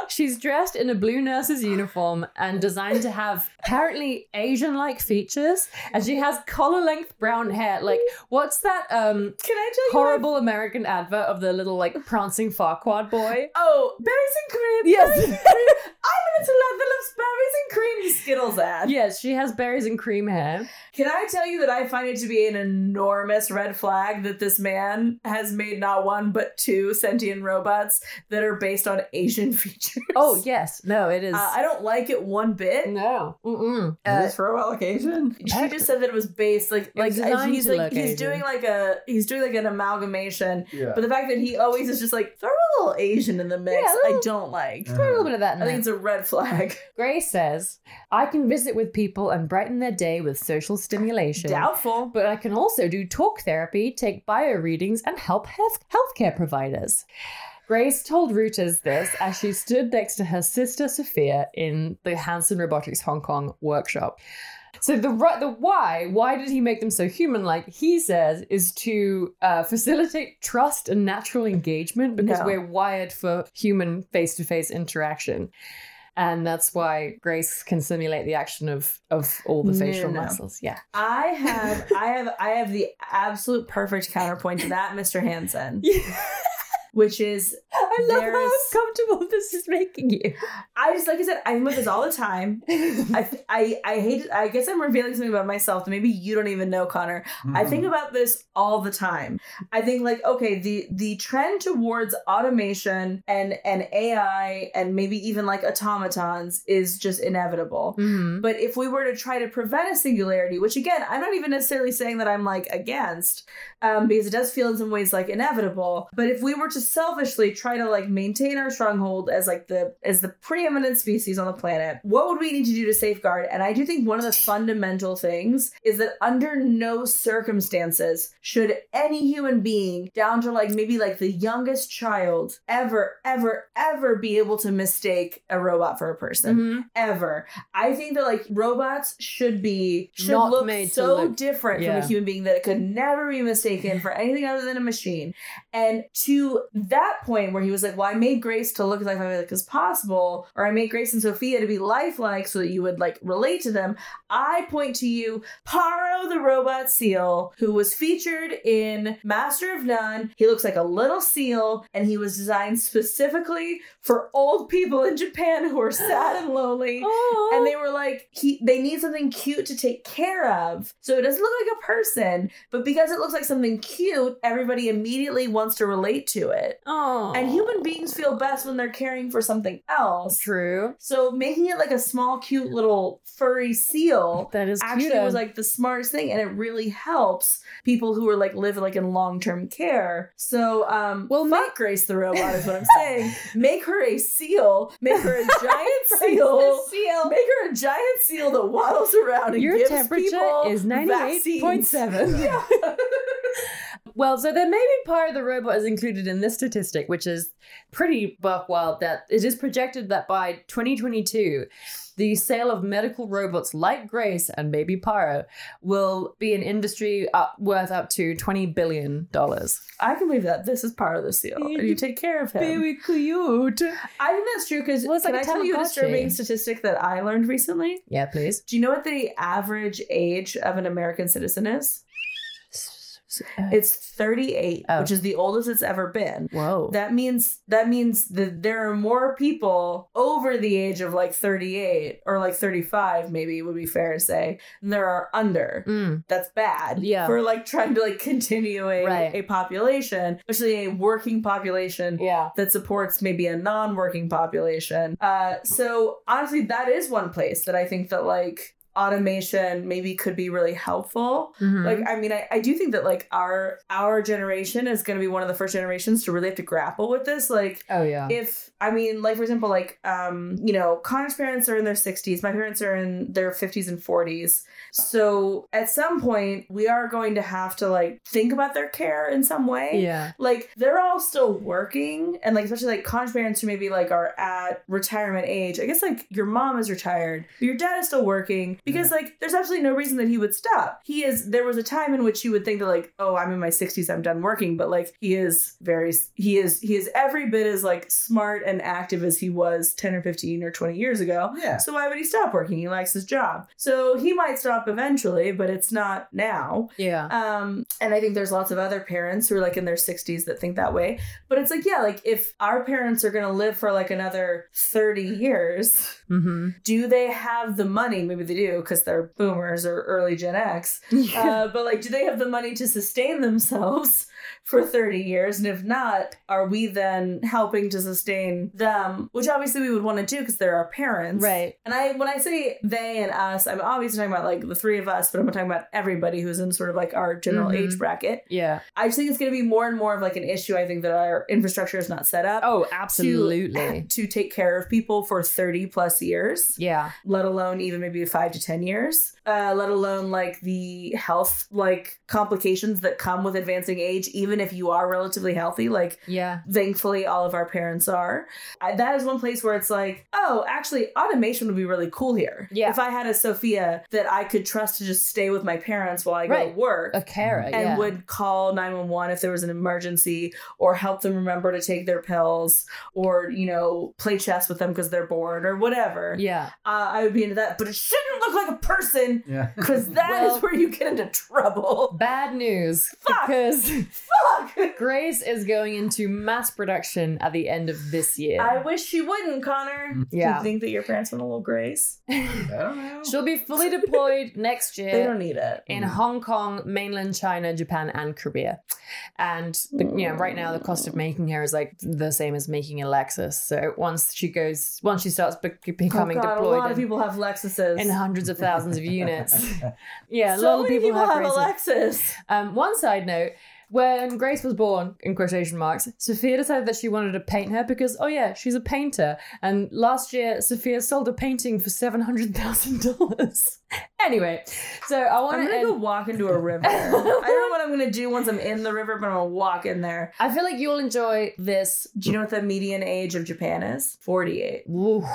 A: She's dressed in a blue nurse's uniform and designed to have apparently Asian-like features, and she has collar-length brown hair. Like, what's that um
C: Can I tell you? what-
A: horrible American advert of the little like prancing Farquad
C: <laughs>
A: boy?
C: Oh, berries and cream.
A: Yes.
C: berries and cream. <laughs> I'm into love that loves berries and cream. Skittles ad.
A: Yes, she has berries and cream hair.
C: Can I tell you that I find it to be an enormous red flag that this man has made not one but two sentient robots that are based on Asian <laughs> features?
A: Oh yes, no, it is.
C: Uh, I don't like it one bit.
A: no, Mm-mm.
B: is this for a allocation?
C: Uh, She just said that it was based like like
A: was designed
C: he's
A: to
C: like
A: look
C: he's
A: Asian.
C: doing like a he's doing like an amalgamation.
B: Yeah.
C: But the fact that he always is just like throw a little Asian in the mix,
A: Yeah, a little-
C: I don't like.
A: Throw a little bit of that. In
C: I
A: there.
C: think it's a red flag.
A: Grace says, "I can visit with people and brighten their day with social stimulation."
C: Doubtful.
A: but I can also do talk therapy, take bio readings, and help health- healthcare providers. Grace told Reuters this as she stood next to her sister Sophia in the Hanson Robotics Hong Kong workshop. So the ri- the why why did he make them so human like he says is to uh, facilitate trust and natural engagement because
C: No.
A: we're wired for human face to face interaction. and that's why Grace can simulate the action of of all the
C: No,
A: facial
C: no.
A: muscles. Yeah,
C: <laughs> I have, I have, I have the absolute perfect counterpoint to that, Mr. Hansen, which is
A: I love how
C: There's-
A: uncomfortable this is making
C: <laughs>
A: you.
C: I just like I said, I'm with this all the time. I, I, I hate. I guess I'm revealing something about myself that maybe you don't even know, Connor. I think about this all the time. I think like okay, the the trend towards automation and and AI and maybe even like automatons is just inevitable.
A: Mm-hmm.
C: But if we were to try to prevent a singularity, which again, I'm not even necessarily saying that I'm like against, um, because it does feel in some ways like inevitable. But if we were to selfishly try to like maintain our stronghold as like the as the preeminent species on the planet, what would we need to do to safeguard? And I do think one of the fundamental things is that under no circumstances should any human being, down to like maybe like the youngest child, ever, ever, ever be able to mistake a robot for a person
A: Mm-hmm.
C: ever. I think that like robots should be should
A: Not
C: look
A: made to
C: so
A: look-
C: different
A: yeah.
C: from a human being that it could never be mistaken for anything other than a machine. And to that point where he was like, "Well, I made Grace to look as lifelike as possible, or I made Grace and Sophia to be lifelike so that you would like relate to them." I point to you, Paro the robot seal, who was featured in Master of None. He looks like a little seal, and he was designed specifically for old people in Japan who are sad and lonely.
A: Oh,
C: And they were like, he they need something cute to take care of. So it doesn't look like a person, but because it looks like something cute, everybody immediately wants to relate to it.
A: oh,
C: And human beings feel best when they're caring for something else.
A: true.
C: So making it like a small, cute little furry seal
A: That is
C: actually
A: cuter.
C: was like the smartest thing and it really helps people who are like live like in long-term care so um
A: Well,
C: well fuck grace the robot is
A: <laughs>
C: what i'm saying make her a seal make her a giant
A: Oh.
C: seal make her a giant seal that waddles around and
A: Your
C: gives
A: temperature
C: people
A: is
C: vaccines.
A: 98.7.
C: <laughs> Yeah.
A: <laughs> Well, so then maybe Pyro the Robot is included in this statistic, which is pretty buck wild that it is projected that by 2022, the sale of medical robots like Grace and maybe Pyro will be an industry up, worth up to $20 billion.
C: i can believe that this is part of the seal and you take care of him
A: cute.
C: i think that's true because
A: Well, it's
C: can
A: like
C: i
A: a
C: tell you a
A: Tamagotchi.
C: disturbing statistic that i learned recently
A: Yeah, please.
C: Do you know what the average age of an American citizen is?
A: Uh,
C: It's 38,
A: Oh.
C: which is the oldest it's ever been.
A: Whoa.
C: That means that means that there are more people over the age of like 38 or like 35 maybe would be fair to say than there are under.
A: Mm,
C: That's bad.
A: Yeah.
C: For like trying to like continue a,
A: Right.
C: a population, especially a working population
A: yeah.
C: that supports maybe a non-working population. Uh, so honestly, that is one place that I think that like automation maybe could be really helpful.
A: Mhm.
C: Like, I mean, I, I do think that like our our generation is going to be one of the first generations to really have to grapple with this. Like,
A: oh, yeah.
C: if I mean, like for example, like um, you know, Connor's parents are in their sixties. My parents are in their fifties and forties. So at some point, we are going to have to like think about their care in some way
A: yeah.
C: like they're all still working and like especially like college parents who maybe like are at retirement age i guess like your mom is retired but your dad is still working because like there's absolutely no reason that he would stop he is there was a time in which you would think that like oh i'm in my 60s i'm done working but like he is very he is he is every bit as like smart and active as he was 10 or 15 or 20 years ago
B: Mm-hmm. Yeah.
C: so why would he stop working he likes his job so he might stop eventually but it's not now
A: Yeah.
C: um, and I think there's lots of other parents who are like in their 60s that think that way. But it's like, yeah, like if our parents are going to live for like another 30 years,
A: Mm-hmm.
C: do they have the money? Maybe they do because they're boomers or early Gen
D: <laughs>
C: X. Uh, but like, do they have the money to sustain themselves for 30 years? And if not, are we then helping to sustain them? Which obviously we would want to do because they're our parents.
A: Right.
C: And I, when I say they and us, I'm obviously talking about like the three of us, but I'm talking about everybody who's in sort of like our general
A: Mhm.
C: age bracket.
A: Yeah.
C: I just think it's going to be more and more of like an issue. I think that our infrastructure is not set up
A: Oh, absolutely.
C: to take care of people for 30 plus years,
A: yeah.
C: let alone even maybe five to 10 years, uh, let alone like the health like complications that come with advancing age, even if you are relatively healthy. Like,
A: Yeah.
C: thankfully, all of our parents are. I, that is one place where it's like, oh, actually, automation would be really cool here.
A: Yeah.
C: If I had a Sophia that I could trust to just stay with my parents while I go
A: Right.
C: to work
A: A carer.
C: and
A: yeah.
C: would call 911 if there was an emergency or help them remember to take their pills or you know play chess with them because they're bored or whatever
A: Yeah.
C: uh, i would be into that but it shouldn't look like a person
B: Yeah. <laughs>
A: <laughs>
C: because that is
A: Well-
C: where you get into trouble <laughs>
A: Bad news
C: Fuck.
A: because
C: fuck
A: Grace is going into mass production at the end of this year.
C: i wish she wouldn't connor do
A: Yeah.
C: you think that your parents want a little grace
B: I don't know.
A: She'll be
C: <laughs>
A: fully deployed next year.
C: they don't need it
A: in Hong Kong, mainland China, Japan, and Korea. And the, you know, right now the cost of making her is like the same as making a Lexus. So once she goes, once she starts be- becoming
C: oh God, a lot
A: deployed
C: of
A: in,
C: people have lexuses
A: in hundreds of thousands of
C: <laughs>
A: units, yeah, a
C: so
A: lot of
C: many
A: people, have,
C: a
A: Grace's.
C: lexus
A: Um, one side note. When Grace was born, in quotation marks, Sophia decided that she wanted to paint her because, oh yeah, she's a painter. And last year, Sophia sold a painting for seven hundred thousand dollars. <laughs> anyway, so I want
C: i'm
A: to
C: gonna
A: end.
C: go walk into
A: <laughs>
C: a river i don't know what i'm gonna do once i'm in the river but i'm gonna walk in there
A: I feel like you'll enjoy this
C: Do you know what the median age of Japan is? 48.
A: Ooh,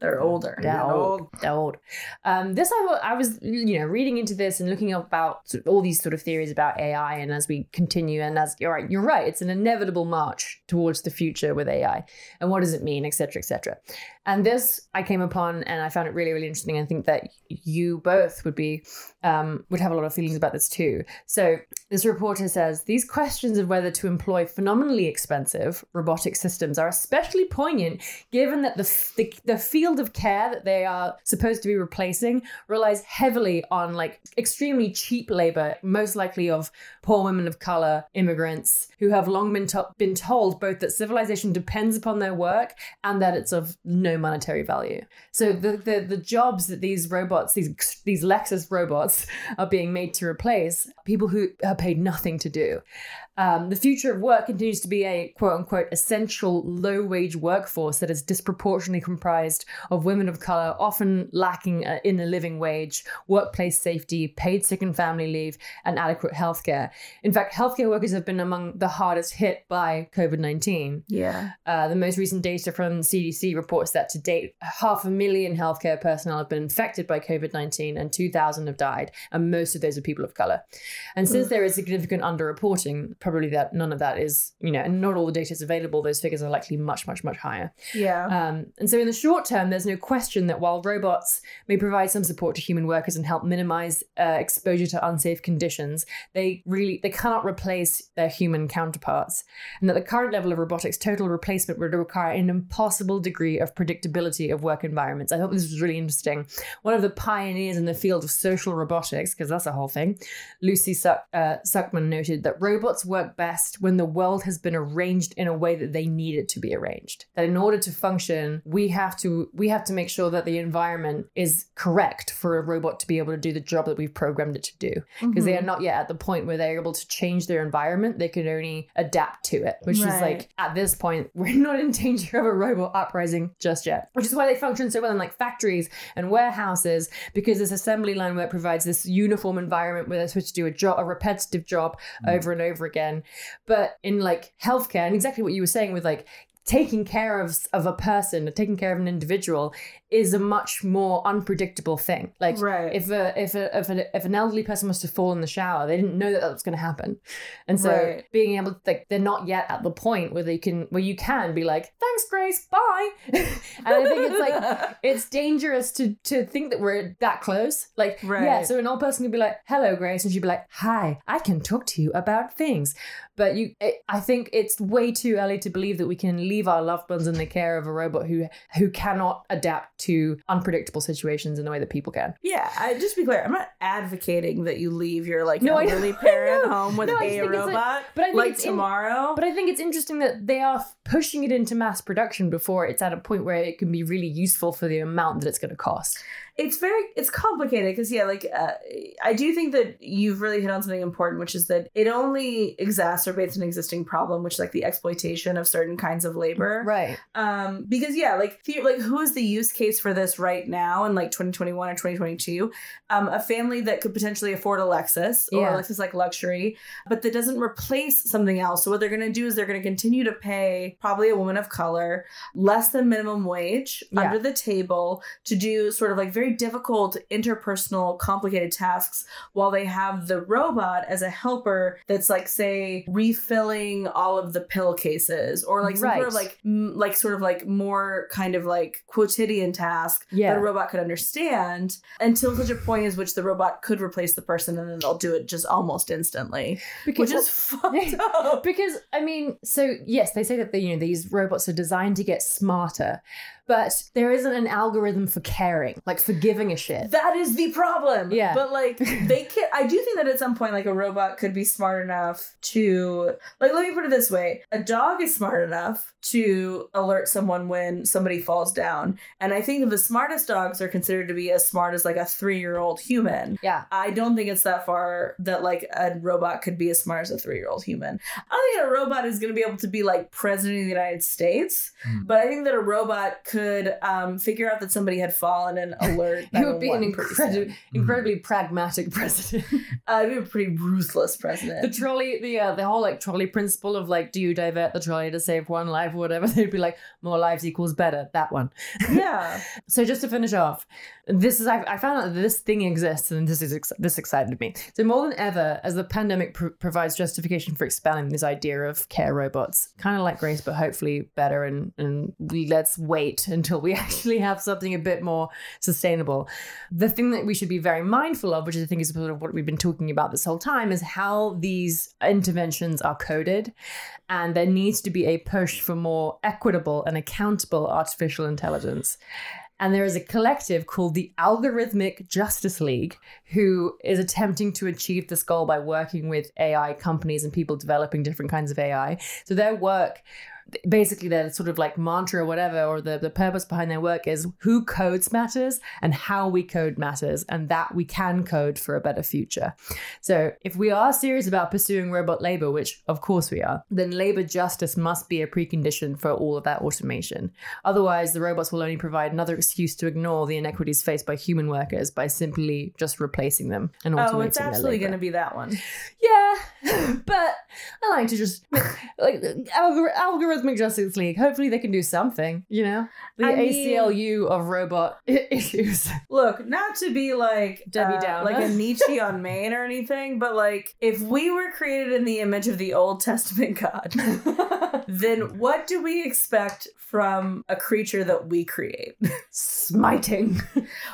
C: They're older.
B: Yeah.
A: they're old. They're old. Um, this I, wa- I was, you know, reading into this and looking up about sort of all these sort of theories about AI. And as we continue, and as you're right, you're right, it's an inevitable march towards the future with AI. And what does it mean, et cetera, et cetera. And this I came upon, and I found it really, really interesting. I think that you both would be um, would have a lot of feelings about this too. So this reporter says these questions of whether to employ phenomenally expensive robotic systems are especially poignant given that the, f- the the field of care that they are supposed to be replacing relies heavily on like extremely cheap labor, most likely of poor women of color, immigrants who have long been to- been told both that civilization depends upon their work and that it's of no monetary value. So the the, the jobs that these robots, these these Lexus robots, are being made to replace people who are paid nothing to do. Um, the future of work continues to be a quote unquote essential low wage workforce that is disproportionately comprised of women of color, often lacking uh, in a living wage, workplace safety, paid sick and family leave, and adequate healthcare. In fact, healthcare workers have been among the hardest hit by COVID 19.
C: Yeah.
A: Uh, the most recent data from CDC reports that to date, half a million healthcare personnel have been infected by COVID 19 and 2,000 have died, and most of those are people of color. And since there is significant underreporting, probably that none of that is, you know, and not all the data is available, those figures are likely much, much, much higher.
C: Yeah.
A: Um, and so, in the short term, there's no question that while robots may provide some support to human workers and help minimize uh, exposure to unsafe conditions, they really they cannot replace their human counterparts, and that the current level of robotics total replacement would require an impossible degree of predictability of work environments. I thought this was really interesting. One of the pioneers in the field of social robotics, because that's a whole thing, Lucy Suck, uh, Suckman noted that robots work best when the world has been arranged in a way that they need it to be arranged. That in order to function, we have to we have to make sure that the environment is correct for a robot to be able to do the job that we've programmed it to do. Because they are not yet at the point where they're able to change their environment; they can only adapt to it, which is
C: Right.
A: like at this point <laughs> we're not in danger of a robot uprising just yet. Which is why they function so well in like factories and warehouses because this assembly line work provides this uniform environment where they're supposed to do a job, a repetitive job over and over again. But in like healthcare, and exactly what you were saying with like taking care of of a person or taking care of an individual is a much more unpredictable thing. Like
C: Right.
A: if a if a, if, a, if an elderly person was to fall in the shower, they didn't know that that was going to happen, and so
C: Right.
A: being able to like they're not yet at the point where they can where you can be like thanks Grace bye, <laughs> and I think it's like
C: <laughs>
A: it's dangerous to to think that we're that close. Like,
C: Right.
A: yeah. So an old person could be like, "Hello, Grace," and she'd be like, "Hi, I can talk to you about things." But you, i I think it's way too early to believe that we can leave our loved ones in the care of a robot who who cannot adapt to unpredictable situations in the way that people can.
C: yeah. I, just be clear. I'm not advocating that you leave your like
A: No, I know-
C: elderly
A: I
C: parent
A: know.
C: home with
A: No, I just
C: a
A: think it's like-
C: robot.
A: but I think
C: like
A: it's in-
C: tomorrow.
A: But I think it's interesting that they are pushing it into mass production before it's at a point where it can be really useful for the amount that it's going to cost.
C: it's very it's complicated because yeah like uh, i do think that you've really hit on something important which is that it only exacerbates an existing problem which is like the exploitation of certain kinds of labor
A: Right.
C: um because yeah like the, like who is the use case for this right now in like 2021 or 2022 um a family that could potentially afford a lexus or
A: Yeah.
C: a lexus like luxury but that doesn't replace something else so what they're going to do is they're going to continue to pay probably a woman of color less than minimum wage
A: Yeah.
C: under the table to do sort of like very difficult interpersonal complicated tasks while they have the robot as a helper that's like say refilling all of the pill cases or like some sort
A: Right.
C: of like m- like sort of like more kind of like quotidian task
A: Yeah.
C: that a robot could understand until such a point as which the robot could replace the person and then they'll do it just almost instantly
A: Because
C: which
A: <laughs>
C: is fucked up
A: because I mean, so yes, they say that the, you know these robots are designed to get smarter, but there isn't an algorithm for caring, like for giving a shit.
C: that is the problem
A: Yeah. <laughs>
C: but like they can i do think that at some point like a robot could be smart enough to like let me put it this way a dog is smart enough to alert someone when somebody falls down and i think the smartest dogs are considered to be as smart as like a three-year-old human
A: Yeah.
C: I don't think it's that far that like a robot could be as smart as a three year old human. I don't think a robot is going to be able to be like president of the United States,
B: Hmm.
C: but I think that a robot could um, figure out that somebody had fallen and
A: <laughs>
C: alert.
A: He would be an
C: 911 pretty soon.
A: incredible, incredibly pragmatic <laughs> president.
C: Uh, he'd be a pretty ruthless
A: the
C: president.
A: trolley, the uh, the whole like trolley principle of like, do you divert the trolley to save one life or whatever? <laughs> They'd be like, more lives equals better. That one.
C: yeah,
A: So just to finish off, this is I, I found out that this thing exists, and this is ex- this excited me. So more than ever, as the pandemic pr- provides justification for expanding this idea of care robots, kind of like Grace, but hopefully better, and and we let's wait until we <laughs> actually have something a bit more sustainable. The thing that we should be very mindful of, which I think is sort of what we've been talking about this whole time, is how these interventions are coded, and there needs to be a push for more equitable and accountable artificial intelligence. And there is a collective called the Algorithmic Justice League who is attempting to achieve this goal by working with AI companies and people developing different kinds of AI. So their work, basically their sort of like mantra or whatever, or the, the purpose behind their work is who codes matters and how we code matters, and that we can code for a better future. So if we are serious about pursuing robot labor, which of course we are, then labor justice must be a precondition for all of that automation. Otherwise, the robots will only provide another excuse to ignore the inequities faced by human workers by simply just replacing them and automating
C: oh, it's
A: their
C: absolutely
A: labor.
C: going to be that one.
A: Yeah, <laughs> but I like to just like algor- algorithmic justice league. Hopefully, they can do something. You know, the
C: I mean-
A: ACLU of robot <laughs> issues.
C: Look, not to be like
A: Debbie
C: uh,
A: Downer.
C: like a Nietzsche on Maine or anything, but like if we were created in the image of the Old
A: <laughs>
C: Testament God, then what do we expect from a creature that we create?
A: Smiting.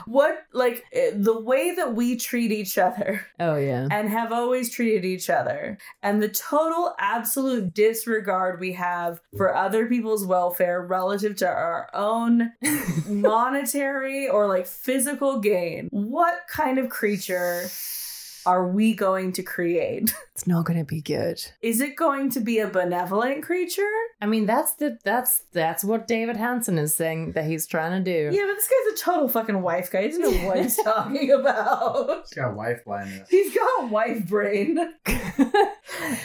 C: What like eh, the way that we treat each other
A: Oh yeah.
C: and have always treated each other and the total absolute disregard we have for other people's welfare relative to our
A: <laughs>
C: own monetary or like physical gain what kind of creature are we going to create
A: It's not gonna be good.
C: is it going to be a benevolent creature
A: I mean, that's the that's that's what David Hansen is saying that he's trying to do.
C: yeah but this guy's a total fucking wife guy he doesn't
A: <laughs>
C: know what he's talking about
B: He's got wife blindness.
C: he's got wife brain
A: <laughs>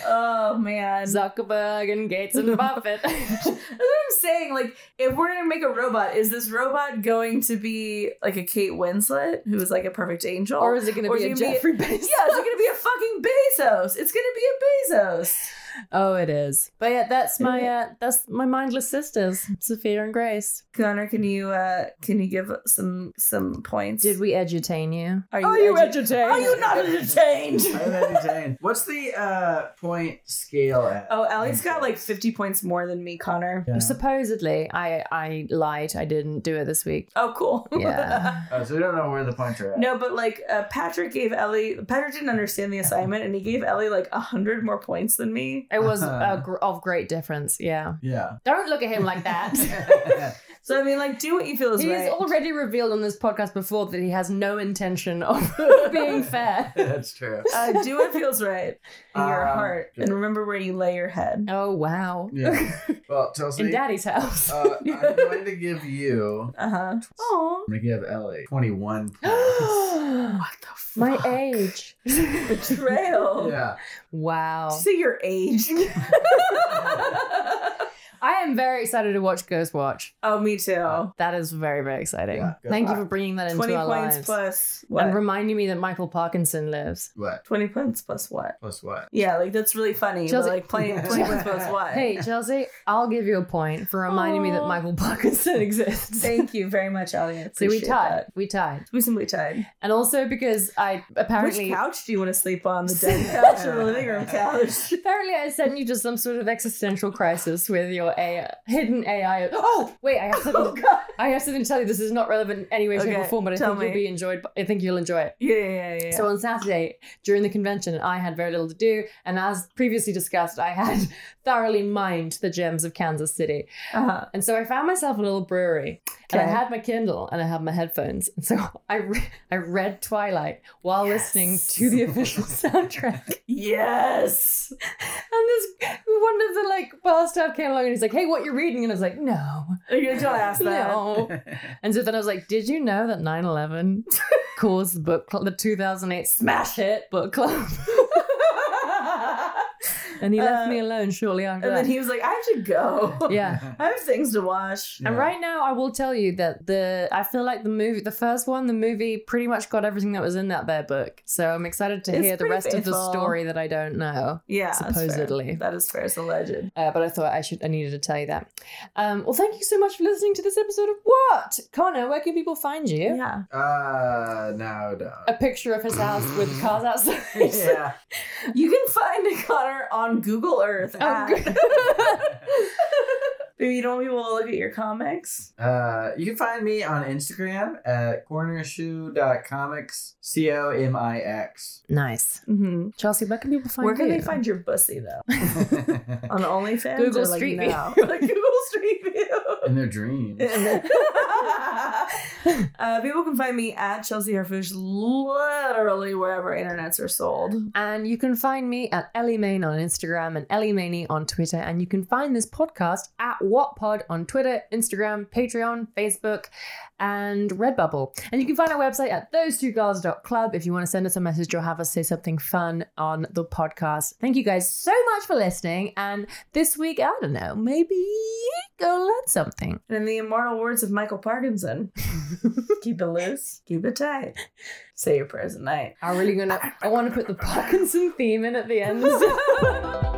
C: oh man
A: Zuckerberg and Gates <laughs> and Buffett.
C: That's what I'm saying. Like, if we're gonna make a robot, is this robot going to be like a Kate Winslet, who is like a perfect angel,
A: or is it gonna
C: Or
A: be a
C: is it gonna be-
A: Jeffrey Bezos?
C: <laughs> yeah, is it gonna be a fucking Bezos? It's gonna be a Bezos.
A: <laughs> Oh, it is. But yeah, that's my uh, that's my mindless sisters, Sophia and Grace.
C: Connor, can you uh can you give some some points?
A: Did we edutain you?
C: Are edu-
A: entertained?
C: Are you
A: <laughs>
C: not entertained?
B: I'm entertained. What's the uh, point scale at?
C: oh, Ellie's got like 50 points more than me, Connor.
B: Yeah.
A: Supposedly, I I lied. I didn't do it this week.
C: Oh, cool. <laughs>
A: Yeah.
B: Oh, so we don't know where the points are at.
C: No, but like uh, Patrick gave Ellie. Patrick didn't understand the assignment, and he gave Ellie like a hundred more points than me. <laughs>
A: It was uh, gr- of great difference. Yeah.
B: Yeah. <laughs>
A: Don't look at him like that.
C: So I mean, like, do what you feel is
A: He
C: right.
A: has already revealed on this podcast before that he has no intention of being fair.
B: That's true.
C: uh, do what feels right in your
B: Um,
C: heart, and remember where you lay your head.
A: Oh wow.
B: Yeah. Well, Chelsea,
A: In daddy's house. <laughs>
B: uh, I'm going to give you.
C: Uh huh.
A: Oh.
B: <gasps> I'm going to give Ellie 21
C: <gasps>
B: points.
A: what the fuck? My age.
C: Betrayal.
B: yeah.
A: Wow.
C: Say your
A: <laughs>
C: age.
A: I am very excited to watch Ghost Watch.
C: oh, me too.
B: Uh,
A: That is very, very exciting.
B: Yeah, go
A: Thank you
B: back.
A: for bringing that into
C: Twenty
A: our
C: points
A: lives.
C: plus
A: And
C: what?
A: reminding me that Michael Parkinson lives.
B: What?
C: Twenty points plus what?
B: Plus
C: <laughs>
B: what?
C: Yeah, like that's really funny.
A: Chelsea-
C: But
A: <laughs>
C: like playing twenty points plus what? <laughs>
A: Hey, Chelsea, I'll give you a point for reminding me that
C: Aw.
A: Michael Parkinson <laughs> exists.
C: thank you very much, Ellie.
A: so we tied.
C: That.
A: We tied.
C: We simply tied.
A: And also because I apparently
C: Which couch do you want to sleep on? The dead
A: <laughs>
C: couch or the living room couch?
A: Apparently, I sent you to some sort of existential crisis with your AI, hidden AI. Oh, wait, I have
C: <laughs>
A: something. I have something to tell you. This is not relevant in any way, shape, or
C: Okay,
A: form, but I
C: tell
A: think you'll
C: me.
A: be enjoyed. I think you'll enjoy it.
C: Yeah, yeah, yeah.
A: So on Saturday during the convention, I had very little to do, and as previously discussed, I had <laughs> thoroughly mined the gems of Kansas City,
C: uh-huh.
A: and so I found myself a little brewery, and I
C: Okay.
A: had my Kindle and I had my headphones, and so <laughs> I re- I read Twilight while listening
C: Yes.
A: to the official <laughs> soundtrack.
C: yes.
A: And this one of the like bar staff came along and he's like, "Hey, what you reading?" And I was like, "No,
C: You're gonna don't ask
A: <laughs>
C: that. <laughs>
A: no."
B: Uh,
A: and so then I was like, "Did you know that 9/11 caused the book cl- the 2008 smash hit book club?" <laughs> and he left
C: Uh,
A: me alone shortly after
C: <laughs> And
A: that.
C: then he was like, I should go.
A: yeah.
C: <laughs> I have things to wash.
A: And
B: Yeah.
A: right now, I will tell you that the I feel like the movie, the first one, the movie pretty much got everything that was in that bear book. So I'm excited to
C: It's
A: hear the
C: pretty
A: rest of the
C: faithful.
A: story that I don't know.
C: Yeah. that's fair.
A: Supposedly.
C: That is fair. It's alleged.
A: Uh, but I thought I should I needed to tell you that. Um, well, thank you so much for listening to this episode of What Connor. Where can people find you?
C: Yeah.
B: Uh, no, no.
A: A picture of his house with
C: <laughs>
A: cars outside.
B: <laughs>
A: <laughs>
B: yeah.
C: You can find <laughs> Connor on Google Earth.
A: Oh,
C: at-
A: good.
C: <laughs>
A: <laughs>
C: Maybe you don't want people to look at your comics.
B: Uh, you can find me on Instagram at cornershoe.comics, C O M I X.
A: nice,
C: Mm-hmm.
A: Chelsea. Where can people find
C: Where can
A: you?
C: they find your bussy though?
B: In
C: On OnlyFans?
A: Google
C: or, like,
A: Street View.
C: now? <laughs> like Google Street
A: <laughs>
C: View. <laughs>
B: <laughs> their dreams.
C: uh, people can find me at Chelsea Harfish literally wherever internets are sold.
A: And you can find me at Ellie Main on Instagram and Ellie Maney on Twitter. And you can find this podcast at WhatPod on Twitter, Instagram, Patreon, Facebook, and Redbubble. And you can find our website at those two club if you want to send us a message or have us say something fun on the podcast. Thank you guys so much for listening. And this week, I don't know, maybe go learn something.
C: And in the immortal words of Michael Parkinson, keep it loose, keep it tight. Say your prayers at night.
A: I'm really gonna I wanna put the Parkinson theme in at the end.